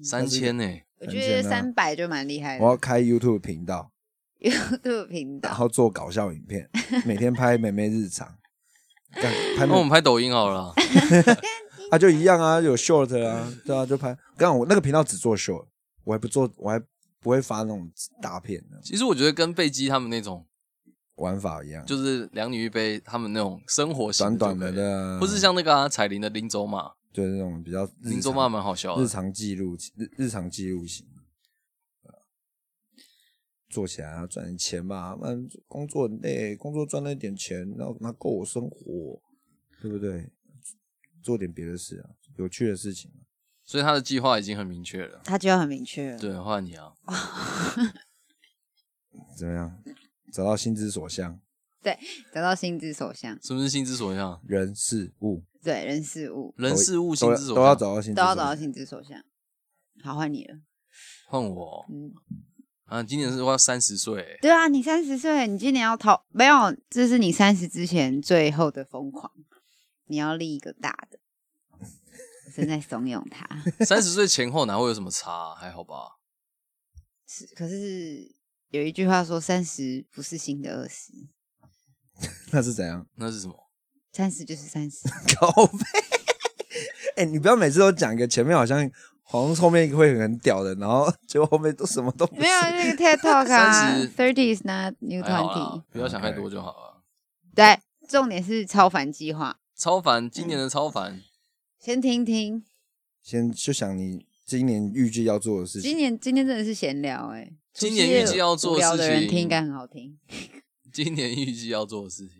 Speaker 2: 三千欸啊呢、
Speaker 5: 我觉得
Speaker 4: 很简
Speaker 5: 三百就蛮厉害
Speaker 4: 我要
Speaker 5: 的。
Speaker 4: 开 YouTube 频道，
Speaker 5: YouTube 频
Speaker 4: 然
Speaker 5: 道，
Speaker 4: 后做搞笑影
Speaker 5: [LAUGHS]
Speaker 4: 片，每天拍妹妹日常，干拍
Speaker 2: 那我
Speaker 4: 妹
Speaker 2: 们拍抖音好了啦，
Speaker 4: 啊就一样啊，有 short 啊，对啊，就拍。刚好我那个频道只做 short，我还不做，我还不会发那种大片的。
Speaker 2: 其实我觉得跟贝基他们那种
Speaker 4: 玩法一样，
Speaker 2: 就是两女一杯，他们那种生活型
Speaker 4: 短
Speaker 2: 的
Speaker 4: 短
Speaker 2: 就可
Speaker 4: 的
Speaker 2: 以
Speaker 4: 的，
Speaker 2: 不是像那个啊彩铃的林州嘛，
Speaker 4: 就是那种比较日
Speaker 2: 林州
Speaker 4: 常
Speaker 2: 嘛蛮好笑的
Speaker 4: 日。常记录日日常记录型，对啊做起来啊赚点钱吧，不然工作很累，工作赚了一点钱，然后拿够我生活，对不对？做点别的事啊，有趣的事情啊、
Speaker 2: 所以他的计划已经很明确了。
Speaker 5: 他就要很明确了。
Speaker 2: 对，换你啊，
Speaker 4: 怎么样？找到心之所向，
Speaker 5: 得到心之所向，
Speaker 2: 是不是心之所向？
Speaker 4: 人事物
Speaker 5: 对人事物
Speaker 2: 人事物心
Speaker 4: 都要
Speaker 2: 之所向
Speaker 4: 都
Speaker 2: 嗯
Speaker 4: 要找到心之所
Speaker 5: 都要
Speaker 4: 向，
Speaker 5: 找到心之所向。好，换你了。
Speaker 2: 换我
Speaker 5: 嗯，
Speaker 2: 啊！今年是快三十
Speaker 4: [LAUGHS]
Speaker 2: 岁，
Speaker 5: 对啊，你三十岁，你今年要逃没有？这是你三十之前最后的疯狂，你要立一个大的。我正在怂恿他，
Speaker 2: 三十岁前后哪会有什么差啊、还好吧？
Speaker 5: 是可是有一句话说，三十不是新的二十，
Speaker 4: 那是怎样？
Speaker 2: 那是什么？
Speaker 5: 三十就是
Speaker 2: [LAUGHS]
Speaker 5: 三十。
Speaker 4: 高飞， [LAUGHS] 哎、你不要每次都讲一个前面好像好像后面一个会很屌的，然后结果后面都什么都不是
Speaker 5: 没有那个 TED Talk 啊
Speaker 2: 30
Speaker 5: ，Thirty is not new
Speaker 2: 还好啦
Speaker 5: twenty。，
Speaker 2: 不要想太多就好了。
Speaker 5: 对，重点是超凡计划，
Speaker 2: 超凡，今
Speaker 4: 嗯
Speaker 2: 年的超凡，
Speaker 5: 先听听。
Speaker 4: 先就想你今年预计要做的事情。
Speaker 5: 今年今天真的是闲聊哎、
Speaker 2: 今年预计要做
Speaker 5: 无
Speaker 2: 的事情
Speaker 5: 聊的人听应该很好听。
Speaker 2: 今年预计要做的事情，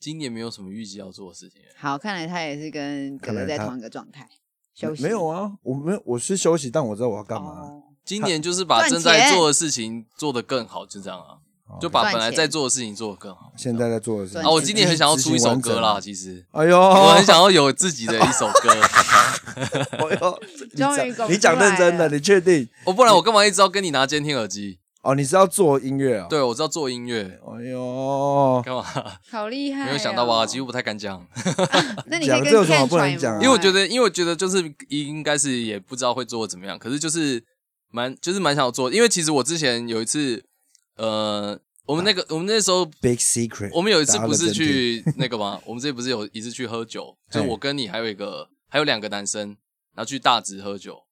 Speaker 2: 今年没有什么预计要做的事情。
Speaker 5: 好，看来他也是跟哥
Speaker 4: 看来
Speaker 5: 哥在
Speaker 4: 他
Speaker 5: 同一个状态休息。
Speaker 4: 没有啊，我没有，我是休息，但我知道我要干嘛。
Speaker 5: 哦，
Speaker 2: 今年就是把
Speaker 5: 赚
Speaker 2: 正在
Speaker 5: 钱
Speaker 2: 做的事情做得更好，就这样啊，
Speaker 4: 哦
Speaker 2: 就把
Speaker 5: 赚
Speaker 2: 本来
Speaker 5: 钱
Speaker 2: 在做的事情做得更好。
Speaker 4: [LAUGHS] 现在在做的事情。
Speaker 2: 啊，我今年很想要出一首歌啦，
Speaker 4: 执
Speaker 2: 其实
Speaker 4: 行完整。哎
Speaker 2: [LAUGHS]
Speaker 4: 呦，
Speaker 2: 我很想要有自己的一首歌，
Speaker 4: [LAUGHS] 哎呦，你
Speaker 5: 终于
Speaker 4: 讲
Speaker 5: 拱
Speaker 4: 你讲
Speaker 5: 出来
Speaker 4: 认真的，
Speaker 5: 了
Speaker 4: 你确定？
Speaker 2: 我哦不然我干嘛一直要跟你拿监听耳机？
Speaker 4: 哦，你是要做音乐啊？。
Speaker 2: 对，我知道做音乐，
Speaker 4: 哎呦，
Speaker 2: 干嘛？
Speaker 5: 好厉害、哦
Speaker 2: 没有想到吧？几乎不太敢讲，
Speaker 4: 嗯
Speaker 5: 那你可以
Speaker 4: 讲
Speaker 5: 跟
Speaker 4: 这有什么
Speaker 5: Ken
Speaker 4: 不能
Speaker 5: 揣摩
Speaker 4: 讲啊
Speaker 2: 因为我觉
Speaker 5: 哎
Speaker 2: 得，因为我觉得就是应该是也不知道会做得怎么样，可是就是蛮就是蛮想做，因为其实我之前有一次，呃，我们那个我们那时候
Speaker 4: Big Secret，
Speaker 2: 我们有一次
Speaker 4: 大家
Speaker 2: 不是
Speaker 4: 认真听
Speaker 2: 去那个
Speaker 4: [LAUGHS]
Speaker 2: 吗？我们这不是有一次去喝酒，就是
Speaker 4: 嘿
Speaker 2: 我跟你还有一个还有两个男生，然后去大直喝酒。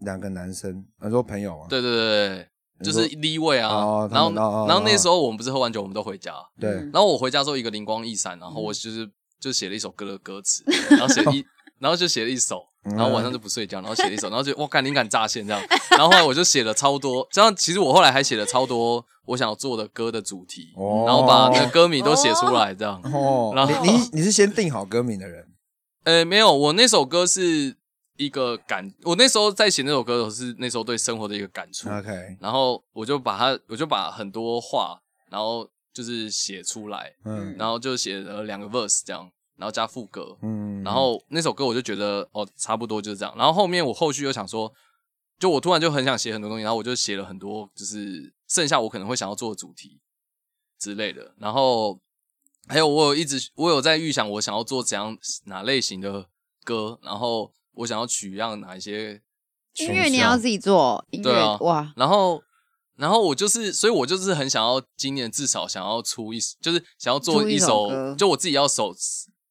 Speaker 4: 两个男生，很多朋友啊，
Speaker 2: 对对对对，
Speaker 4: 你
Speaker 2: 就是
Speaker 4: 说
Speaker 2: 立位啊。
Speaker 4: 哦
Speaker 2: 然
Speaker 4: 他
Speaker 2: 后
Speaker 4: 们哦哦
Speaker 2: 然后那
Speaker 4: 哦
Speaker 2: 时候我们不是喝完酒，我们都回家。
Speaker 4: 对
Speaker 5: 嗯，
Speaker 2: 然后我回家之后一个灵光一闪，然后我就是就写了一首歌的歌词，然后写了
Speaker 4: [LAUGHS]
Speaker 2: 一。然后就写了一首，
Speaker 4: 嗯
Speaker 2: 然后晚上就不睡觉，然后写了一首，然后就我感灵感乍现这样，然后后来我就写了超多，这样其实我后来还写了超多我想做的歌的主题，
Speaker 4: 哦
Speaker 2: 然后把那个歌名都写出来这样。然
Speaker 4: 哦，
Speaker 2: 后
Speaker 4: 你你你是先定好歌名的人，
Speaker 2: 呃，没有，我那首歌是一个感，我那时候在写那首歌的时候是那时候对生活的一个感触，
Speaker 4: OK，
Speaker 2: 然后我就把它，我就把很多话，然后就是写出来，
Speaker 4: 嗯
Speaker 2: 然后就写了两个 verse 这样，然后加副歌，
Speaker 4: 嗯，
Speaker 2: 然后那首歌我就觉得哦，差不多就是这样。然后后面我后续又想说，就我突然就很想写很多东西，然后我就写了很多，就是剩下我可能会想要做的主题之类的。然后还有我有一直我有在预想我想要做怎样哪类型的歌，然后我想要取样哪一些
Speaker 5: 音乐你要自己做，音
Speaker 2: 对
Speaker 5: 乐、
Speaker 2: 啊
Speaker 5: 哇，
Speaker 2: 然后，然后我就是，所以我就是很想要今年至少想要出一，就是想要做
Speaker 5: 出
Speaker 2: 一
Speaker 5: 一
Speaker 2: 首，
Speaker 5: 首歌
Speaker 2: 就我自己要手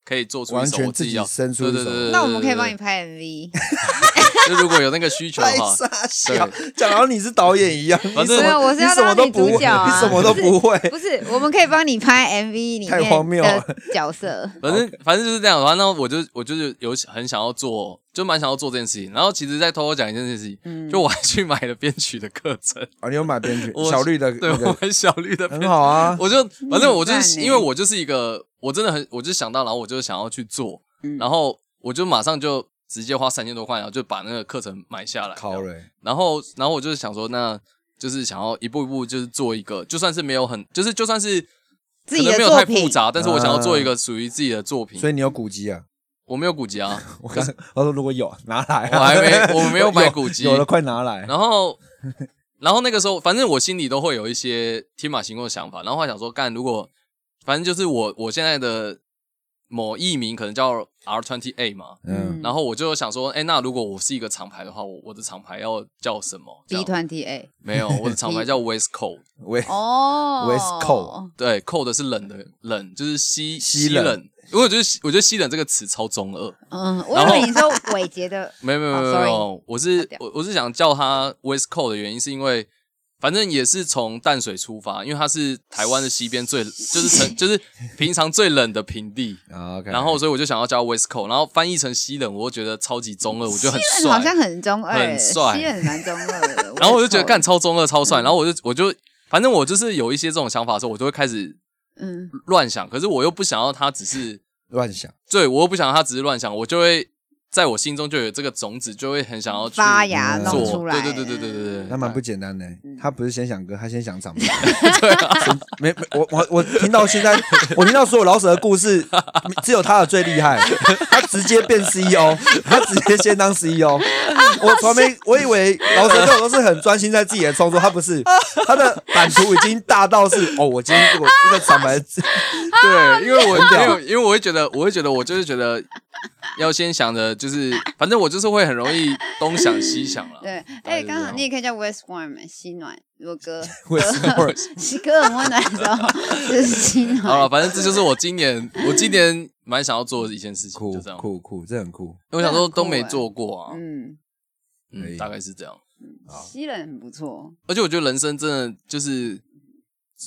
Speaker 2: 可以做出一
Speaker 4: 完
Speaker 2: 首
Speaker 4: 全
Speaker 2: 我
Speaker 4: 自
Speaker 2: 己
Speaker 4: 己
Speaker 2: 要
Speaker 4: 生出
Speaker 2: 对
Speaker 4: 一
Speaker 2: 对
Speaker 4: 首
Speaker 2: 对对对
Speaker 4: 歌
Speaker 5: 那我们可以
Speaker 2: 对
Speaker 5: 帮你
Speaker 4: [LAUGHS]
Speaker 5: 拍 MV， [LAUGHS]
Speaker 2: 就如果有那个需求的
Speaker 4: 太
Speaker 2: 话，
Speaker 4: 傻笑，讲到你是导演一样，
Speaker 2: 反
Speaker 4: 你
Speaker 2: 正
Speaker 4: 什
Speaker 5: 没有，
Speaker 4: 么
Speaker 5: 我是
Speaker 4: 你
Speaker 5: 要
Speaker 4: 什么
Speaker 5: 当
Speaker 4: 都
Speaker 5: 女
Speaker 4: 不
Speaker 5: 主
Speaker 4: 会，
Speaker 5: 角啊，
Speaker 4: 你什么都不
Speaker 5: [LAUGHS]
Speaker 4: 会，
Speaker 5: 不是，我们可以帮你拍 MV 里面
Speaker 4: 太荒谬了
Speaker 5: 的 [LAUGHS] 角
Speaker 2: [LAUGHS]
Speaker 5: 色。
Speaker 2: 反正反正就是这样的话，那我就我就是有很想要做，就蛮想要做这件事情。然后其实再偷偷讲一件事情，
Speaker 5: 嗯
Speaker 2: 就我还去买了编曲的课程，
Speaker 4: 哦，你有买编曲
Speaker 2: 我
Speaker 4: 小绿的
Speaker 2: 对
Speaker 4: 那
Speaker 2: 我
Speaker 4: 个
Speaker 2: 买小绿的编
Speaker 4: 很
Speaker 2: 曲
Speaker 4: 好啊，
Speaker 2: 我就反正我就
Speaker 5: 很
Speaker 2: 是
Speaker 5: 赞欸
Speaker 2: 因为我就是一个，我真的很，我就想到，然后我就想要去做，
Speaker 5: 嗯
Speaker 2: 然后我就马上就直接花三千多块，然后就把那个课程买下来。
Speaker 4: 考嘞，
Speaker 2: 然后，然后我就是想说，那就是想要一步一步，就是做一个，就算是没有很，就是就算是
Speaker 5: 自己的
Speaker 2: 可能没有太
Speaker 5: 作品
Speaker 2: 复杂，但是我想要做一个属于自己的作品。
Speaker 4: 嗯所以你有古籍啊？ [LAUGHS]
Speaker 2: 我没有古籍啊，
Speaker 4: 我看我说如果有拿来啊，
Speaker 2: 我还没我没有买古籍
Speaker 4: [LAUGHS] 有了快拿来，
Speaker 2: 然后，然后那个时候，反正我心里都会有一些天马行空的想法。然后我还想说，干，如果反正就是我我现在的某艺名可能叫 R twenty A 嘛，
Speaker 4: 嗯，
Speaker 2: 然后我就想说，哎、那如果我是一个厂牌的话，我我的厂牌要叫什么？这
Speaker 5: B
Speaker 2: 样
Speaker 5: 团 T
Speaker 2: [LAUGHS]
Speaker 5: A
Speaker 2: 没有，
Speaker 4: [LAUGHS]
Speaker 2: 我的厂牌叫 West Cold，
Speaker 4: 喂，
Speaker 5: 哦
Speaker 4: West Coast
Speaker 2: 对，Cold 是冷的冷，就是西
Speaker 4: 西冷
Speaker 2: 冷。因为我觉得西我觉得西冷这个词超中二，
Speaker 5: 嗯，我
Speaker 2: 然
Speaker 5: 以
Speaker 2: 后
Speaker 5: 为你说伟杰的 [LAUGHS]
Speaker 2: 没有没有
Speaker 5: 哦
Speaker 2: 没有没有没有，我是
Speaker 5: 掉
Speaker 2: 我我是想叫他 West Coast 的原因是因为反正也是从淡水出发，因为它是台湾的西边最，就是城，就是平常最冷的平地。
Speaker 4: 啊，OK，
Speaker 2: 然后，所以我就想要叫 West Coast，然后翻译成西冷，我就觉得超级中二，我觉得很帅，
Speaker 5: 西人好像很中二，
Speaker 2: 很帅。
Speaker 5: 西人蛮中二的
Speaker 2: [LAUGHS] 然后我就觉得
Speaker 5: 口
Speaker 2: 干，超中二超帅，然后我就我就反正我就是有一些这种想法的时候，我就会开始
Speaker 5: 嗯，
Speaker 2: 乱想，可是我又不想要他只是
Speaker 4: 乱想，
Speaker 2: 对我又不想要他只是乱想，我就会在我心中就有这个种子，就会很想要去
Speaker 5: 发芽
Speaker 4: 嗯
Speaker 5: 弄
Speaker 2: 做
Speaker 5: 出来，
Speaker 2: 对对对对对对对，
Speaker 4: 那蛮不简单的。欸
Speaker 5: 嗯
Speaker 4: 他不是先想歌，他先想
Speaker 5: [LAUGHS]
Speaker 4: 长辈。啊
Speaker 5: 啊
Speaker 4: 没没，我我我听到现在，我听到所有老舍的故事，只有他的最厉害，他直接变 CEO，他直接先当
Speaker 5: [LAUGHS]
Speaker 4: CEO。我从来没，我以为老舍这种都是很专心在自己的创作，他不是，他的版图已经大到是哦，我今天我这个厂
Speaker 2: [LAUGHS]
Speaker 4: 牌，
Speaker 2: 对，因为我
Speaker 4: 屌
Speaker 2: 没有，因为我会觉得，我会觉得，我就是觉得要先想着，就是反正我就是会很容易东想西想了。
Speaker 5: 对，
Speaker 2: 哦大概
Speaker 5: 哎，
Speaker 2: 就
Speaker 5: 刚
Speaker 2: 这
Speaker 5: 好
Speaker 2: 样
Speaker 5: 你也可以叫 West Warm 西暖，
Speaker 2: [LAUGHS]
Speaker 5: 我哥
Speaker 4: 为什
Speaker 5: [LAUGHS]
Speaker 4: 么？
Speaker 5: 西哥很温暖的时候就
Speaker 2: [LAUGHS]
Speaker 5: 是西
Speaker 2: 好了，
Speaker 5: 暖，
Speaker 2: 反正这就是我今年，我今年蛮想要做的一件事情，
Speaker 4: 酷
Speaker 2: 就这样。
Speaker 4: 酷酷，这很酷。
Speaker 2: 因为我想说
Speaker 5: 那很酷
Speaker 2: 都没
Speaker 5: 欸
Speaker 2: 做过啊，
Speaker 5: 嗯，
Speaker 4: 可
Speaker 2: 嗯，
Speaker 4: 以
Speaker 2: 大概是这样。
Speaker 5: 西人很不错，
Speaker 2: 而且我觉得人生真的就是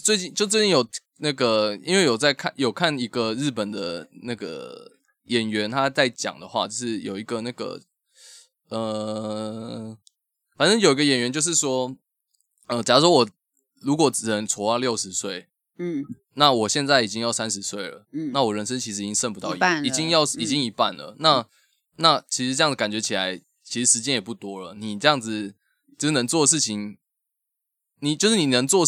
Speaker 2: 最近，就最近有那个，因为有在看，有看一个日本的那个演员，他在讲的话，就是有一个那个，呃，反正有一个演员就是说，呃，假如说我如果只能活到六十岁，
Speaker 5: 嗯
Speaker 2: 那我现在已经要三十岁了，
Speaker 5: 嗯，
Speaker 2: 那我人生其实已经剩不到
Speaker 5: 一半了
Speaker 2: 已经要
Speaker 5: 嗯
Speaker 2: 已经一半了。那那其实这样子感觉起来，其实时间也不多了。你这样子就是能做的事情，你就是你能做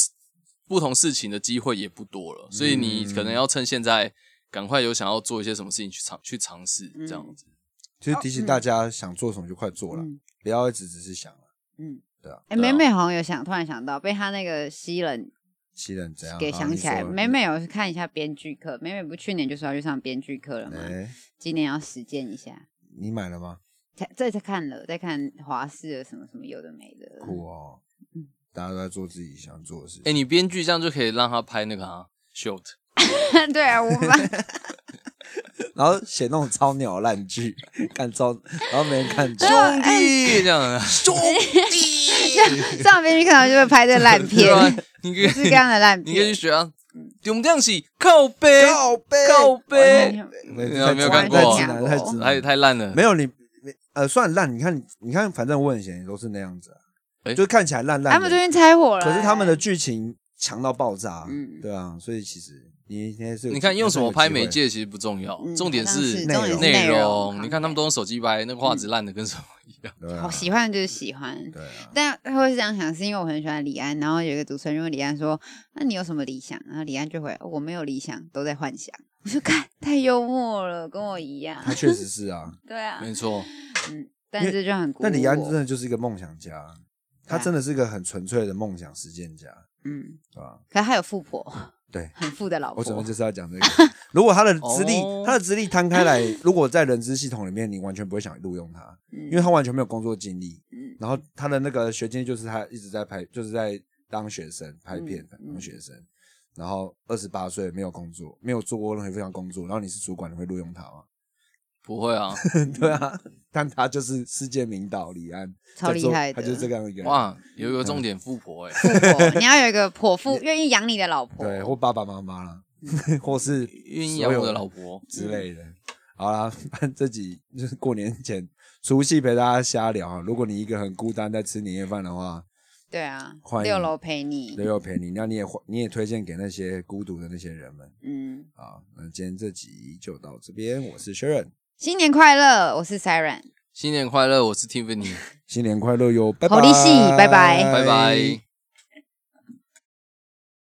Speaker 2: 不同事情的机会也不多了，所以你可
Speaker 5: 嗯
Speaker 2: 能要趁现在赶快有想要做一些什么事情去尝去尝试
Speaker 5: 嗯
Speaker 2: 这样子。
Speaker 4: 就是提醒大家想做什么就快做了，
Speaker 5: 嗯
Speaker 4: 不要一直只是想了。
Speaker 5: 嗯，
Speaker 4: 对啊，
Speaker 5: 哎，
Speaker 2: 对
Speaker 5: 美
Speaker 2: 啊
Speaker 5: 美好像有想，突然想到被他那个西人
Speaker 4: 西人怎
Speaker 2: 嗯
Speaker 4: 样？
Speaker 5: 给
Speaker 4: 好
Speaker 5: 想起来，
Speaker 4: 你说
Speaker 5: 美美有去看一下编剧课，美美不去年就说要去上编剧课了吗？
Speaker 4: 哎，
Speaker 5: 今年要实践一下。
Speaker 4: 你买了吗？
Speaker 5: 才再再看了，再看华视的什么什么有的没的，
Speaker 4: 酷哦，大家都在做自己想做的事
Speaker 2: 哎、
Speaker 4: 情。
Speaker 2: 你编剧这样就可以让他拍那个啊 short，
Speaker 5: [LAUGHS] 对啊，我们 [LAUGHS]
Speaker 4: 然后写那种超鸟烂剧，看超，然后没人看剧
Speaker 2: 兄，
Speaker 5: 啊哎
Speaker 2: 弟这样，啊兄
Speaker 5: [LAUGHS]
Speaker 2: 弟，
Speaker 5: 上编剧课堂就会拍这烂片
Speaker 2: [LAUGHS] 对，吧？你可以
Speaker 5: 是这样嗯的烂
Speaker 2: 你可以去
Speaker 5: 片。
Speaker 2: 学啊，我们这样是靠背
Speaker 4: 靠背
Speaker 2: 靠背。
Speaker 4: 没
Speaker 2: 没有没有看过
Speaker 4: 太直男太直
Speaker 2: 太
Speaker 5: 嗯
Speaker 4: 男，
Speaker 2: 太烂了。
Speaker 4: 没有你，呃，算烂。你看你，你看，反正我很闲，也都是那样子啊，
Speaker 2: 哎
Speaker 4: 就看起来烂
Speaker 5: 他
Speaker 4: 烂
Speaker 5: 们最
Speaker 4: 的，
Speaker 5: 近拆伙了，哎
Speaker 4: 可是他们的剧情强到爆炸
Speaker 5: 嗯，
Speaker 4: 对啊，所以其实你你还是有
Speaker 2: 你看用什么拍媒，介其实不重要，
Speaker 5: 嗯
Speaker 2: 重点
Speaker 5: 好像是
Speaker 4: 内
Speaker 5: 重点
Speaker 4: 容
Speaker 5: 是内
Speaker 2: 容。你看他们都用手机拍，那个画质烂的跟什么一样。
Speaker 4: 还是有机会对啊
Speaker 5: 我喜欢就是喜欢，
Speaker 4: 对啊，
Speaker 5: 但会是这样想，是因为我很喜欢李安，然后有一个主持人问李安说：“那你有什么理想？”然后李安就回：“哦我没有理想，都在幻想。” [LAUGHS] 我说：“看，太幽默了，跟我一样。
Speaker 4: 他确实是啊。”
Speaker 5: 对啊，
Speaker 2: 没错，
Speaker 5: 嗯，但是就很鼓舞
Speaker 4: 那李安真
Speaker 5: 我
Speaker 4: 的就是一个梦想家，他
Speaker 5: 对啊
Speaker 4: 真的是一个很纯粹的梦想实践家，
Speaker 5: 嗯，
Speaker 4: 对吧？
Speaker 5: 可是他有富婆，
Speaker 4: 对，
Speaker 5: 很富的老
Speaker 4: 我准备
Speaker 5: 婆
Speaker 4: 就，是要讲这个。如果他的资历
Speaker 2: 哦，
Speaker 4: 他的资历摊开
Speaker 5: [LAUGHS]
Speaker 4: 来，如果在人资系统里面，你完全不会想录用他，
Speaker 5: 因
Speaker 4: 因为他完全没有工作经历
Speaker 5: 嗯。
Speaker 4: 然后他的那个学经历就是他一直在拍，就是在当学生拍片
Speaker 5: 嗯嗯
Speaker 4: 当学生。然后二十八岁没有工作，没有做过任何一份工作，然后你是主管，你会录用他吗？ [LAUGHS]
Speaker 2: 不会
Speaker 5: [LAUGHS]
Speaker 2: 啊，
Speaker 4: 对啊，但他就是世界名导李安，
Speaker 5: 嗯超厉害
Speaker 4: 在做他
Speaker 5: 的
Speaker 4: 就是这样一个人。
Speaker 2: 哇，有一个重
Speaker 5: 嗯
Speaker 2: 点富婆哎，
Speaker 5: [LAUGHS] 富婆，你要有
Speaker 4: [LAUGHS]
Speaker 5: 一个泼妇愿意养你的老婆，
Speaker 4: 对，或爸爸妈妈啦， [LAUGHS] 或是
Speaker 2: 哦嗯愿意
Speaker 4: 所
Speaker 2: 养
Speaker 4: 有
Speaker 2: 我的老婆。
Speaker 4: 之类的。好啦，反正这集就是过年前除夕陪大家瞎聊啊。如果你一个很孤单在吃年夜饭的话，
Speaker 5: 对啊
Speaker 4: 欢，迎
Speaker 5: 六楼陪你
Speaker 4: 留，有陪你，那你也欢你也推荐给那些孤独的那些人们
Speaker 5: 嗯，
Speaker 4: 啊。那今天这集就到这边，我是 Sharon，
Speaker 5: 新年快乐，我是 Siren。
Speaker 2: 新年快乐，我是 Tiffany，
Speaker 4: 新年快乐哟，拜拜，
Speaker 5: 好利息拜拜
Speaker 2: 拜拜。